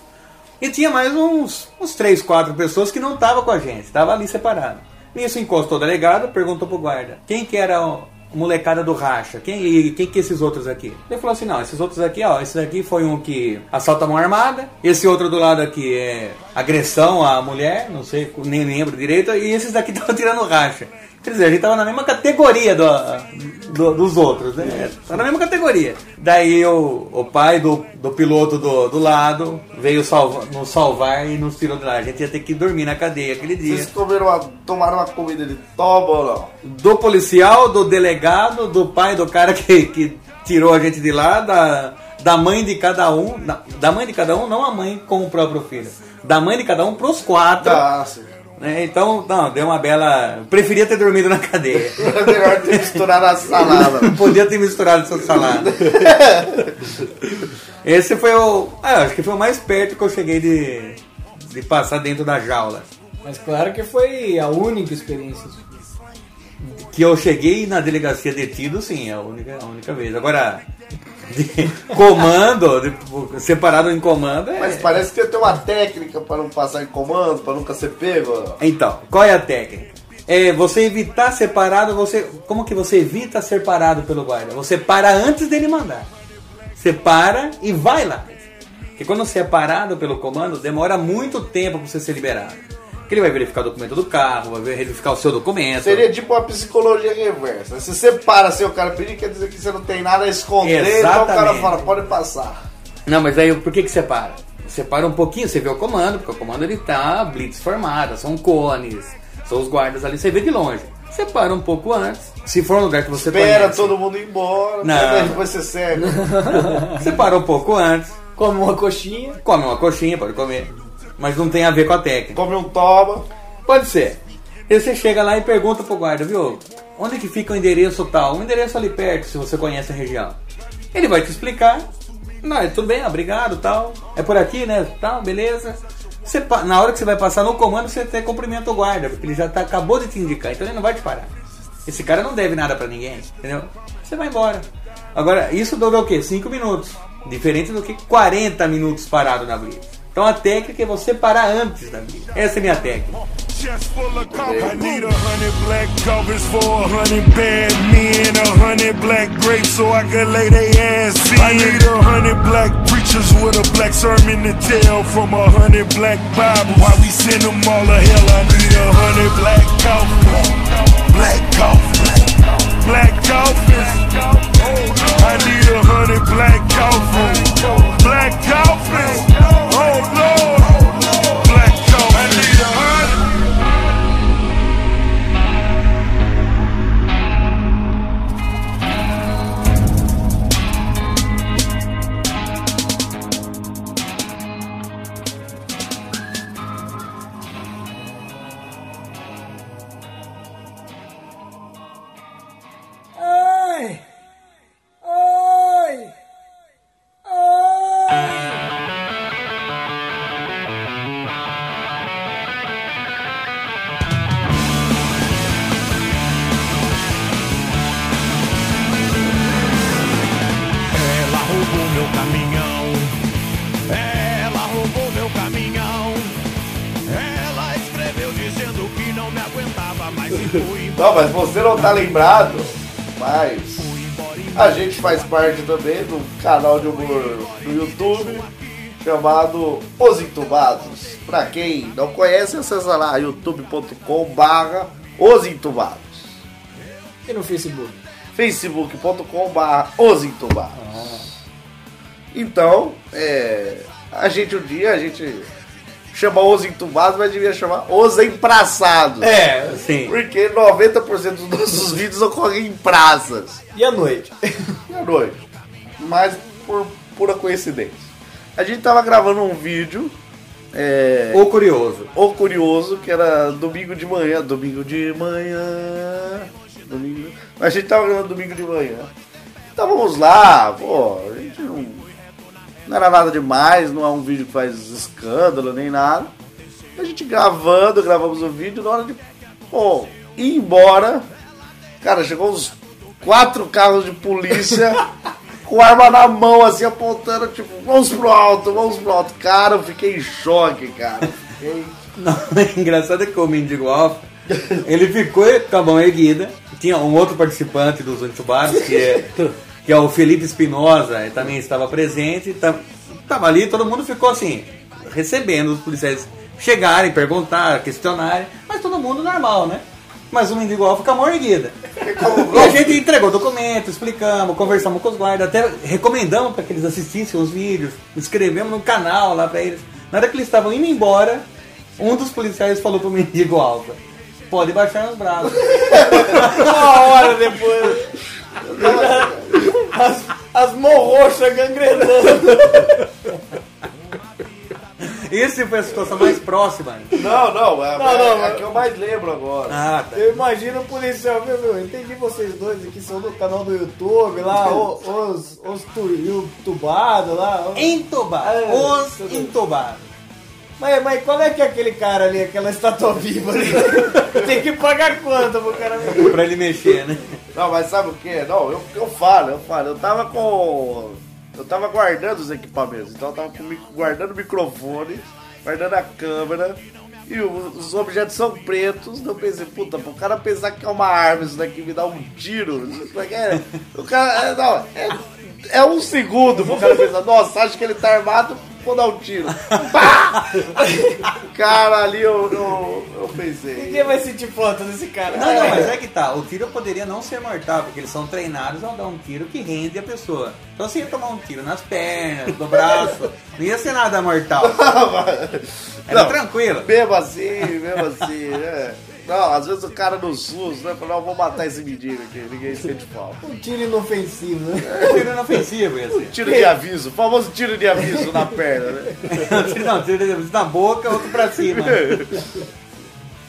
[SPEAKER 7] E tinha mais uns, uns três, quatro pessoas que não tava com a gente, tava ali separado. Nisso encostou o delegado, perguntou pro guarda, quem que era o o molecada do racha? Quem, e quem que esses outros aqui? Ele falou assim, não, esses outros aqui, ó, esse daqui foi um que assalta a mão armada, esse outro do lado aqui é agressão à mulher, não sei, nem lembro direito, e esses daqui estavam tirando racha. Quer dizer, a gente tava na mesma categoria do- do- dos outros, né?
[SPEAKER 5] É.
[SPEAKER 7] Tá na mesma categoria. Daí o, o pai do, do piloto do, do lado veio salva, nos salvar e nos tirou de lá. A gente ia ter que dormir na cadeia aquele dia.
[SPEAKER 5] Vocês comeram uma, tomaram uma comida de toba ou não?
[SPEAKER 7] Do policial, do delegado, do pai do cara que, que tirou a gente de lá, da, da mãe de cada um. da- da mãe de cada um, não a mãe com o próprio filho. Da mãe de cada um pros quatro.
[SPEAKER 5] Tá, sim.
[SPEAKER 7] né? Então, não, deu uma bela. Preferia ter dormido na cadeia.
[SPEAKER 5] É melhor ter misturado a salada.
[SPEAKER 7] Podia ter misturado essa salada. Esse foi o. Ah, eu acho que foi o mais perto que eu cheguei de, de passar dentro da jaula.
[SPEAKER 4] Mas claro que foi a única experiência.
[SPEAKER 7] Que eu cheguei na delegacia detido, sim, é a única, a única vez. Agora, de comando, de- separado em comando. É...
[SPEAKER 5] Mas parece que tem uma técnica pra não passar em comando, pra nunca ser pego. ou não?
[SPEAKER 7] Então, qual é a técnica? É você evitar ser parado, você. Como que você evita ser parado pelo guarda? Você para antes dele mandar. Você para e vai lá. Porque quando você é parado pelo comando, demora muito tempo pra você ser liberado. Porque ele vai verificar o documento do carro, vai verificar o seu documento.
[SPEAKER 5] Seria tipo uma psicologia reversa. Se você para sem o cara pedir, quer dizer que você não tem nada a esconder, então o cara
[SPEAKER 7] Exatamente.
[SPEAKER 5] fala, pode passar.
[SPEAKER 7] Não, mas aí por que que você para? Você para um pouquinho, você vê o comando, porque o comando ele tá blitz formada, são cones, são os guardas ali, você vê de longe. Você para um pouco antes, se for um lugar que você
[SPEAKER 5] Espera
[SPEAKER 7] conhece.
[SPEAKER 5] todo mundo ir embora,
[SPEAKER 7] Não.
[SPEAKER 5] mas daí depois você segue.
[SPEAKER 7] Você para um pouco antes,
[SPEAKER 8] Come uma coxinha.
[SPEAKER 7] Come uma coxinha, pode comer. Mas não tem a ver com a técnica.
[SPEAKER 5] Come um toba.
[SPEAKER 7] Pode ser. E você chega lá e pergunta pro guarda, viu? Onde que fica o endereço tal? Um endereço ali perto, se você conhece a região. Ele vai te explicar. Não, é tudo bem, obrigado, tal. É por aqui, né? Tal, beleza. Você, pa- na hora que você vai passar no comando, você até cumprimenta o guarda, porque ele já tá, acabou de te indicar, então ele não vai te parar. Esse cara não deve nada pra ninguém, entendeu? Você vai embora. Agora, isso dura o quê? 5 minutos. Diferente do que 40 minutos parado na briga. Então a técnica é você parar antes da briga. Essa é minha técnica.
[SPEAKER 4] Chest full of copper. I need a hundred black covers for a hundred bad men, a hundred black grapes so I can lay they ass in. I need a hundred black preachers with a black sermon to tell from a hundred black Bibles. Why we send them all to hell? I need a hundred black coffins, black coffins, black coffins. I need a hundred black coffins, black coffins. Oh Lord, black coffins. I need a hundred.
[SPEAKER 12] Ai! Ai! Ai!
[SPEAKER 4] Ela roubou meu caminhão. Ela roubou meu caminhão. Ela escreveu dizendo que não me aguentava, mas se foi
[SPEAKER 5] Não, mas você não tá lembrado, mas a gente faz parte também do canal de humor do YouTube chamado Os Entubados. Pra quem não conhece, acessa lá youtube.com barra Os Entubados.
[SPEAKER 8] E no Facebook?
[SPEAKER 5] facebook.com barra Os Entubados.
[SPEAKER 8] Ah.
[SPEAKER 5] Então, é, a gente um dia, a gente chama Os Entubados, mas devia chamar Os Empraçados.
[SPEAKER 8] É.
[SPEAKER 7] Sim.
[SPEAKER 5] Porque 90% dos nossos vídeos ocorrem em praças
[SPEAKER 8] E à noite?
[SPEAKER 5] e à noite. Mas por pura coincidência. A gente tava gravando um vídeo, é,
[SPEAKER 7] O curioso.
[SPEAKER 5] o curioso, que era domingo de manhã, domingo de manhã. Domingo. A gente tava gravando domingo de manhã. Então vamos lá, pô, a gente não, não era nada demais, não é um vídeo que faz escândalo nem nada. A gente gravando, gravamos o vídeo, na hora de pô, ir embora, cara, chegou uns quatro carros de polícia com arma na mão, assim, apontando, tipo, vamos pro alto, vamos pro alto. Cara, eu fiquei em choque, cara. Fiquei-
[SPEAKER 7] Não, o engraçado é que o mendigo alfa, ele ficou com a mão erguida. Tinha um outro participante dos Antibaros, que é, que é o Felipe Espinosa, ele também estava presente. Tá, tava ali, todo mundo ficou assim, recebendo os policiais chegarem, perguntar, questionarem, mas todo mundo normal, né? Mas o mendigo alfa com a mão erguida. E a gente entregou documento, explicamos, conversamos com os guardas, até recomendamos para que eles assistissem os vídeos, escrevemos no canal lá para eles. Na hora que eles estavam indo embora, um dos policiais falou pro mendigo alfa, pode baixar os braços.
[SPEAKER 8] Uma hora depois. As, as mãos roxas gangrenando.
[SPEAKER 7] Essa foi a situação mais próxima.
[SPEAKER 5] Não, não, é,
[SPEAKER 8] Não, não,
[SPEAKER 5] é a
[SPEAKER 8] mas-
[SPEAKER 5] que eu mais lembro agora.
[SPEAKER 7] Ah, tá.
[SPEAKER 8] Eu imagino o policial, meu, meu, entendi vocês dois aqui, são do canal do YouTube, lá, o- os, os tu- youtubados lá. os-
[SPEAKER 7] Entubado.
[SPEAKER 8] Ah,
[SPEAKER 7] Os
[SPEAKER 8] tudo.
[SPEAKER 7] entubados.
[SPEAKER 8] Mas, mas qual é que é aquele cara ali, aquela estátua viva ali? Tem que pagar quanto pro cara ver?
[SPEAKER 7] Pra ele mexer, né?
[SPEAKER 5] Não, mas sabe o que? Não, eu, eu falo, eu falo. Eu tava com. Eu tava guardando os equipamentos, então eu tava com o mic- guardando o microfone, guardando a câmera. E o- os objetos são pretos, então eu pensei, puta, pro cara pensar que é uma arma isso daqui, me dá um tiro. isso daqui é- o cara. é, Não, é, é um segundo pro cara pensar, nossa, acho que ele tá armado, vou dar um tiro. Pá! Cara, ali eu, eu, eu pensei.
[SPEAKER 8] Ninguém vai sentir falta desse cara.
[SPEAKER 7] Não, não, mas é que tá. O tiro poderia não ser mortal, porque eles são treinados a dar um tiro que rende a pessoa. Então você ia tomar um tiro nas pernas, no braço. Não ia ser nada mortal. Era
[SPEAKER 5] Não.
[SPEAKER 7] É tranquilo.
[SPEAKER 5] Mesmo assim, mesmo assim, né? Não, às vezes o cara no SUS, né? Fala, não, eu vou matar esse mendigo aqui, ninguém sente falta.
[SPEAKER 4] Um tiro inofensivo, né?
[SPEAKER 7] Um Tiro inofensivo, ia ser.
[SPEAKER 5] Tiro de aviso, o famoso tiro de aviso na perna, né?
[SPEAKER 7] Um Tiro- Não, tiro de- na boca, outro pra cima.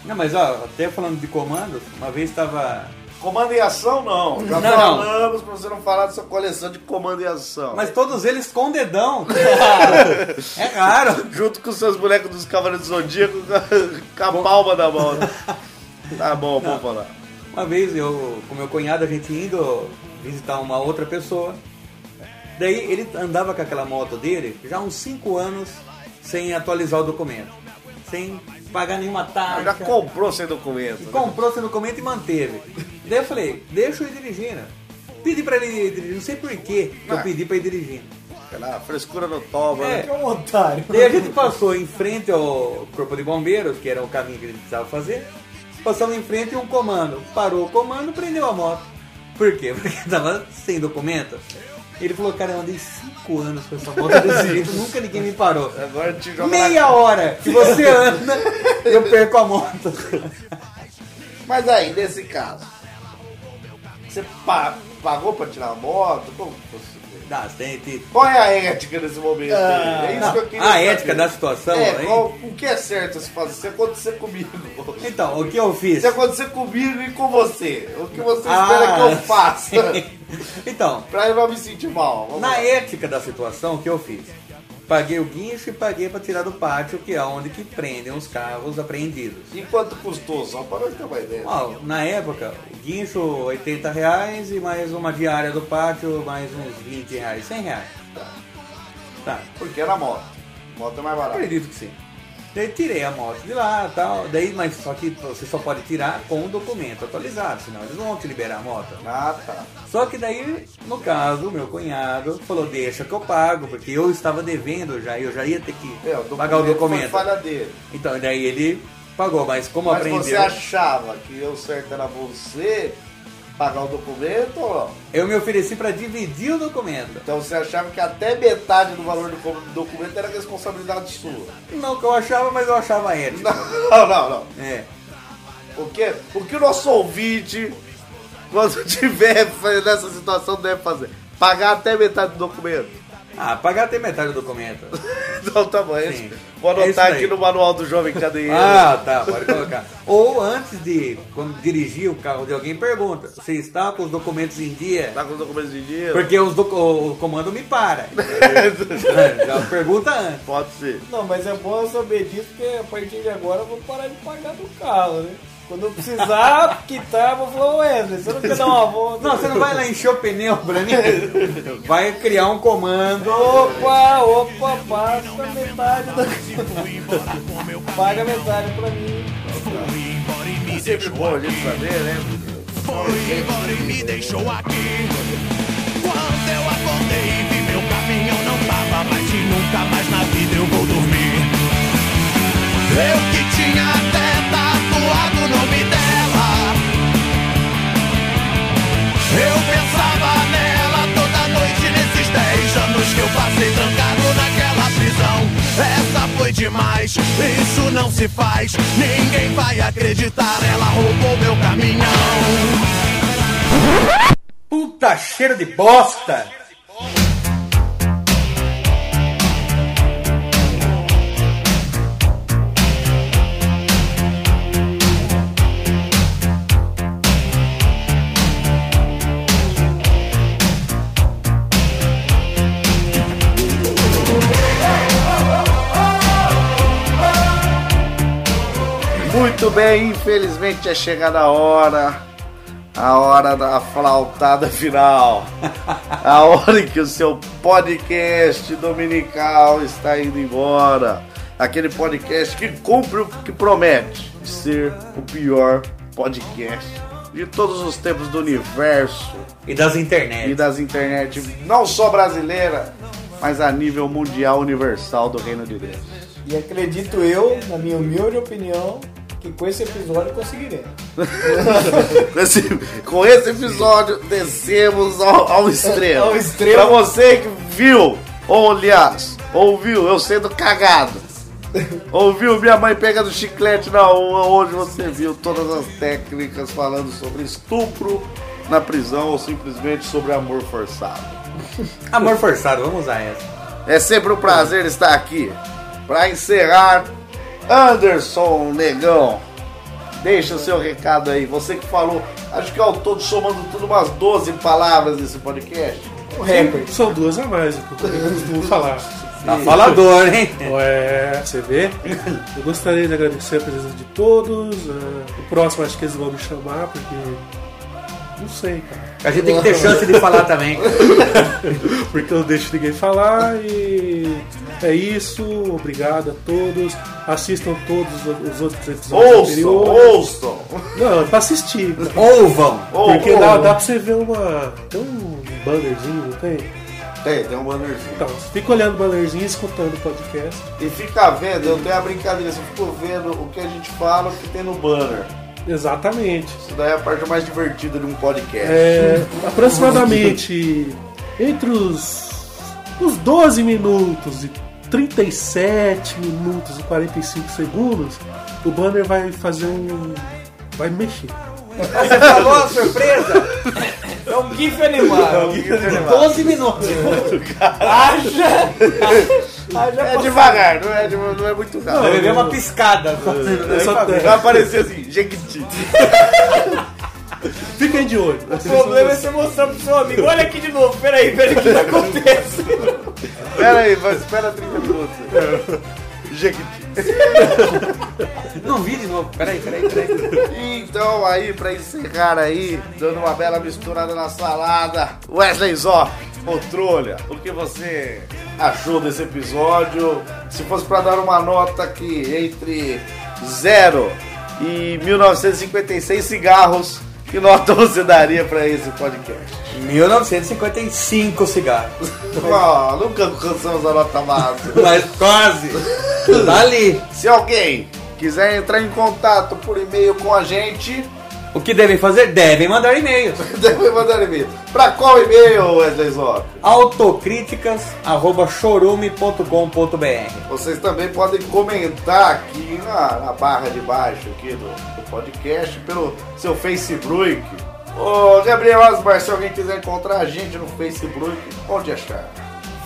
[SPEAKER 7] Não, mas ó, até falando de comandos, uma vez tava.
[SPEAKER 5] Comando e ação, não. Já
[SPEAKER 7] Não, não.
[SPEAKER 5] falamos pra você não falar da sua coleção de comando e ação.
[SPEAKER 7] Mas todos eles com dedão. é raro.
[SPEAKER 5] Junto com os seus bonecos dos Cavaleiros do Zodíaco, com a palma da mão. né? Tá bom, vou falar.
[SPEAKER 7] Uma vez eu, com meu cunhado, a gente indo visitar uma outra pessoa. Daí ele andava com aquela moto dele já há uns 5 anos sem atualizar o documento. Sem pagar nenhuma taxa.
[SPEAKER 5] Já comprou sem documento. né?
[SPEAKER 7] comprou esse documento e manteve. Daí eu falei, deixa eu ir dirigindo. Pedi pra ele dirigir, não sei porquê que
[SPEAKER 5] Ah.
[SPEAKER 7] eu pedi pra ele dirigindo.
[SPEAKER 5] né? Sei lá, frescura no toma.
[SPEAKER 7] É.
[SPEAKER 5] né?
[SPEAKER 4] É um otário.
[SPEAKER 7] Daí a gente passou em frente ao Corpo de Bombeiros, que era o caminho que a gente precisava fazer. Passamos em frente a um comando. Parou o comando, prendeu a moto. Por quê? Porque tava sem documento. Ele falou, cara, eu andei 5 anos com essa moto desse jeito, nunca ninguém me parou.
[SPEAKER 5] Agora te joga na-
[SPEAKER 7] Meia hora que você anda, eu perco a moto.
[SPEAKER 5] Mas aí, nesse caso, você pa- pagou pra tirar a moto? Como que fosse?
[SPEAKER 7] Dá, tem, tem,
[SPEAKER 5] Qual é a ética nesse momento? aí? é isso
[SPEAKER 7] Não,
[SPEAKER 5] que eu queria
[SPEAKER 7] a
[SPEAKER 5] saber.
[SPEAKER 7] ética da situação,
[SPEAKER 5] É,
[SPEAKER 7] hein?
[SPEAKER 5] qual- o que é certo se fazer? Se acontecer comigo.
[SPEAKER 7] Então, o que eu fiz?
[SPEAKER 5] Se acontecer comigo e com você, o que é você
[SPEAKER 7] Ah,
[SPEAKER 5] espera que eu faça?
[SPEAKER 7] então,
[SPEAKER 5] pra eu não me sentir mal. Vamos
[SPEAKER 7] na é-
[SPEAKER 5] lá.
[SPEAKER 7] ética da situação, o que eu fiz? Paguei o guincho e paguei para tirar do pátio, que é onde que prendem os carros apreendidos.
[SPEAKER 5] E quanto custou? Só para nós ter uma ideia.
[SPEAKER 7] Ó, na época, o guincho 80 reais e mais uma diária do pátio, mais uns 20 reais, 100 reais. Tá,
[SPEAKER 5] Porque era moto. Moto é mais barata.
[SPEAKER 7] acredito que sim. Daí tirei a moto de lá tal, daí, mas só que você só pode tirar com o documento atualizado, senão eles não vão te liberar a moto.
[SPEAKER 5] Ah, tá.
[SPEAKER 7] Só que daí, no caso, meu cunhado falou, deixa que eu pago, porque eu estava devendo já, eu já ia ter que
[SPEAKER 5] É,
[SPEAKER 7] pagar o
[SPEAKER 5] Foi
[SPEAKER 7] documento.
[SPEAKER 5] falha dele.
[SPEAKER 7] Então, daí ele pagou, mas como
[SPEAKER 5] Mas você
[SPEAKER 7] aprendeu,
[SPEAKER 5] achava que eu certo era você pagar o documento ou não?
[SPEAKER 7] eu me ofereci para dividir o documento.
[SPEAKER 5] Então você achava que até metade do valor do co- do documento era responsabilidade sua.
[SPEAKER 7] Não que eu achava, mas eu achava ético.
[SPEAKER 5] Não, não, não.
[SPEAKER 7] É.
[SPEAKER 5] O que, o que o nosso ouvinte, quando tiver nessa situação, deve fazer? Pagar até metade do documento.
[SPEAKER 7] Ah, pagar até metade do documento.
[SPEAKER 5] Então tá bom, é isso.
[SPEAKER 7] Sim.
[SPEAKER 5] Vou
[SPEAKER 7] É isso
[SPEAKER 5] anotar
[SPEAKER 7] aí.
[SPEAKER 5] aqui no manual do jovem cadeieiro.
[SPEAKER 7] Ah, tá, pode colocar. Ou antes de, quando dirigir o carro de alguém, pergunta, você está com os documentos em dia?
[SPEAKER 5] Tá com os documentos de dinheiro?
[SPEAKER 7] Porque os docu- o comando me para. Então, Já pergunta antes.
[SPEAKER 5] Pode ser.
[SPEAKER 4] Não, mas é bom eu saber disso, porque a partir de agora eu vou parar de pagar do carro, né? Quando eu precisar quitar, eu vou falar, Wesley, você não quer dar uma volta?
[SPEAKER 7] Não, você não vai lá encher o pneu pra mim? Vai criar um comando.
[SPEAKER 4] Opa, opa, passa metade da... Paga metade pra mim.
[SPEAKER 5] É sempre bom a gente saber, né?
[SPEAKER 11] Foi embora e me deixou aqui. Quando eu acordei e vi meu caminhão não tava mais e nunca mais na vida eu vou dormir. Eu que tinha até tatuado o nome dela. Eu pensava nela toda noite nesses dez anos que eu passei trancado naquela prisão. Essa foi demais, isso não se faz. Ninguém vai acreditar, ela roubou meu caminhão.
[SPEAKER 7] Puta cheiro de bosta!
[SPEAKER 5] Muito bem, infelizmente é chegada a hora. A hora da flautada final. A hora em que o seu podcast dominical está indo embora. Aquele podcast que cumpre o que promete ser o pior podcast de todos os tempos do universo
[SPEAKER 7] E das
[SPEAKER 5] e
[SPEAKER 7] internet.
[SPEAKER 5] das internet, não só brasileira, mas a nível mundial universal do Reino de Deus.
[SPEAKER 4] E acredito eu, na minha humilde opinião, que com esse episódio conseguiremos.
[SPEAKER 5] Com esse, com esse episódio, descemos ao, ao extremo.
[SPEAKER 4] Ao extremo.
[SPEAKER 5] Pra você que viu, ou aliás, ouviu, eu sendo cagado. Ouviu minha mãe pegando chiclete na rua? Hoje você viu todas as técnicas falando sobre estupro na prisão ou simplesmente sobre amor forçado.
[SPEAKER 7] Amor forçado, vamos usar essa.
[SPEAKER 5] É sempre um prazer estar aqui. Para encerrar, Anderson Negão, deixa o seu recado aí. Você que falou, acho que ao todo somando tudo umas 12 palavras nesse podcast.
[SPEAKER 4] O recorde.
[SPEAKER 8] São duas a mais, eu costumo falar.
[SPEAKER 7] Tá falador, hein?
[SPEAKER 8] Ué, você vê? Eu gostaria de agradecer a presença de todos. eh, o próximo acho que eles vão me chamar, porque. Não sei, cara.
[SPEAKER 7] A gente tem que ter chance de falar também.
[SPEAKER 8] Porque eu não deixo ninguém falar e. É isso, obrigado a todos. Assistam todos os outros episódios
[SPEAKER 5] Ouçam,
[SPEAKER 8] anteriores.
[SPEAKER 5] ouçam.
[SPEAKER 8] Não, é pra assistir. cara.
[SPEAKER 7] Ouvam!
[SPEAKER 5] Ou-
[SPEAKER 8] Porque
[SPEAKER 5] ou-
[SPEAKER 8] dá, dá pra você ver uma. Tem um bannerzinho, não tem?
[SPEAKER 5] Tem, tem um bannerzinho.
[SPEAKER 8] Então, você fica olhando o bannerzinho e escutando o podcast.
[SPEAKER 5] E fica vendo, eu tenho a brincadeira, você ficou vendo o que a gente fala, o que tem no banner.
[SPEAKER 8] Exatamente.
[SPEAKER 5] Isso daí é a parte mais divertida de um podcast.
[SPEAKER 8] É, aproximadamente entre os, os 12 minutos e 37 minutos e 45 segundos, o banner vai fazer um. vai mexer.
[SPEAKER 4] Você falou a surpresa? É um GIF animado. 12 minutos. Haja. Haja
[SPEAKER 5] É devagar, não é, não é muito
[SPEAKER 8] Não, É,
[SPEAKER 5] rápido.
[SPEAKER 7] Deu uma piscada.
[SPEAKER 8] Eu só-
[SPEAKER 5] Vai aparecer assim, Jequiti.
[SPEAKER 8] Fiquem de olho.
[SPEAKER 4] O problema é você mostrar pro seu amigo. Olha aqui de novo, peraí, peraí, o que tá acontecendo?
[SPEAKER 5] Pera aí, vai, espera 30 minutos.
[SPEAKER 8] É.
[SPEAKER 5] Jequiti.
[SPEAKER 7] Não vi de novo. Peraí, peraí, peraí.
[SPEAKER 5] Então aí, pra encerrar aí, dando uma bela misturada na salada, Wesley Zó, Otrolha, o que você achou desse episódio? Se fosse pra dar uma nota que entre 0 e 1956 cigarros, que nota você daria pra esse podcast?
[SPEAKER 7] 1955 cigarros.
[SPEAKER 5] Ó, nunca alcançamos a nota máxima.
[SPEAKER 7] Mas quase. Tá ali.
[SPEAKER 5] Se alguém quiser entrar em contato por e-mail com a gente,
[SPEAKER 7] O que devem fazer? Devem mandar e-mails.
[SPEAKER 5] deve mandar e-mail. Pra qual e-mail, Wesley Zó?
[SPEAKER 7] autocríticas.chorume.com.br
[SPEAKER 5] Vocês também podem comentar aqui na, na barra de baixo aqui do, do podcast pelo seu Facebook. Ô Gabriel Asmar, se alguém quiser encontrar a gente no Facebook, onde achar?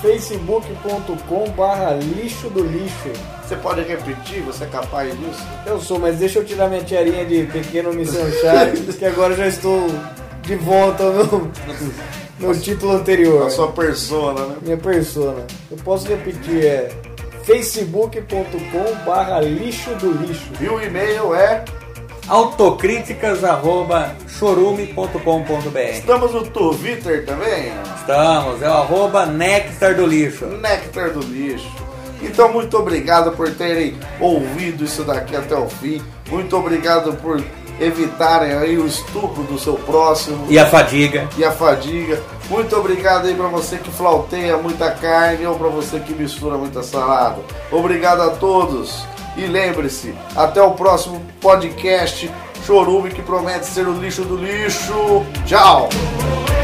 [SPEAKER 4] facebook.com barra lixo do lixo
[SPEAKER 5] Você pode repetir, você é capaz disso?
[SPEAKER 4] eu sou, mas deixa eu tirar minha tiarinha de pequeno Missão Charles, que agora eu já estou de volta no, no título anterior.
[SPEAKER 5] A sua persona, né?
[SPEAKER 4] Minha persona. Eu posso repetir, é facebook.com barra lixo do lixo.
[SPEAKER 5] E o e-mail é
[SPEAKER 7] autocríticas.chorume.com.br
[SPEAKER 5] Estamos no Twitter também?
[SPEAKER 7] Estamos, é o arroba néctar do lixo.
[SPEAKER 5] Néctar do Lixo. Então, muito obrigado por terem ouvido isso daqui até o fim. Muito obrigado por evitarem aí o estupro do seu próximo.
[SPEAKER 7] E a fadiga.
[SPEAKER 5] e a fadiga. Muito obrigado aí pra você que flauteia muita carne ou pra você que mistura muita salada. Obrigado a todos e lembre-se, até o próximo podcast Chorume que promete ser o lixo do lixo. Tchau!
[SPEAKER 3] Chorume,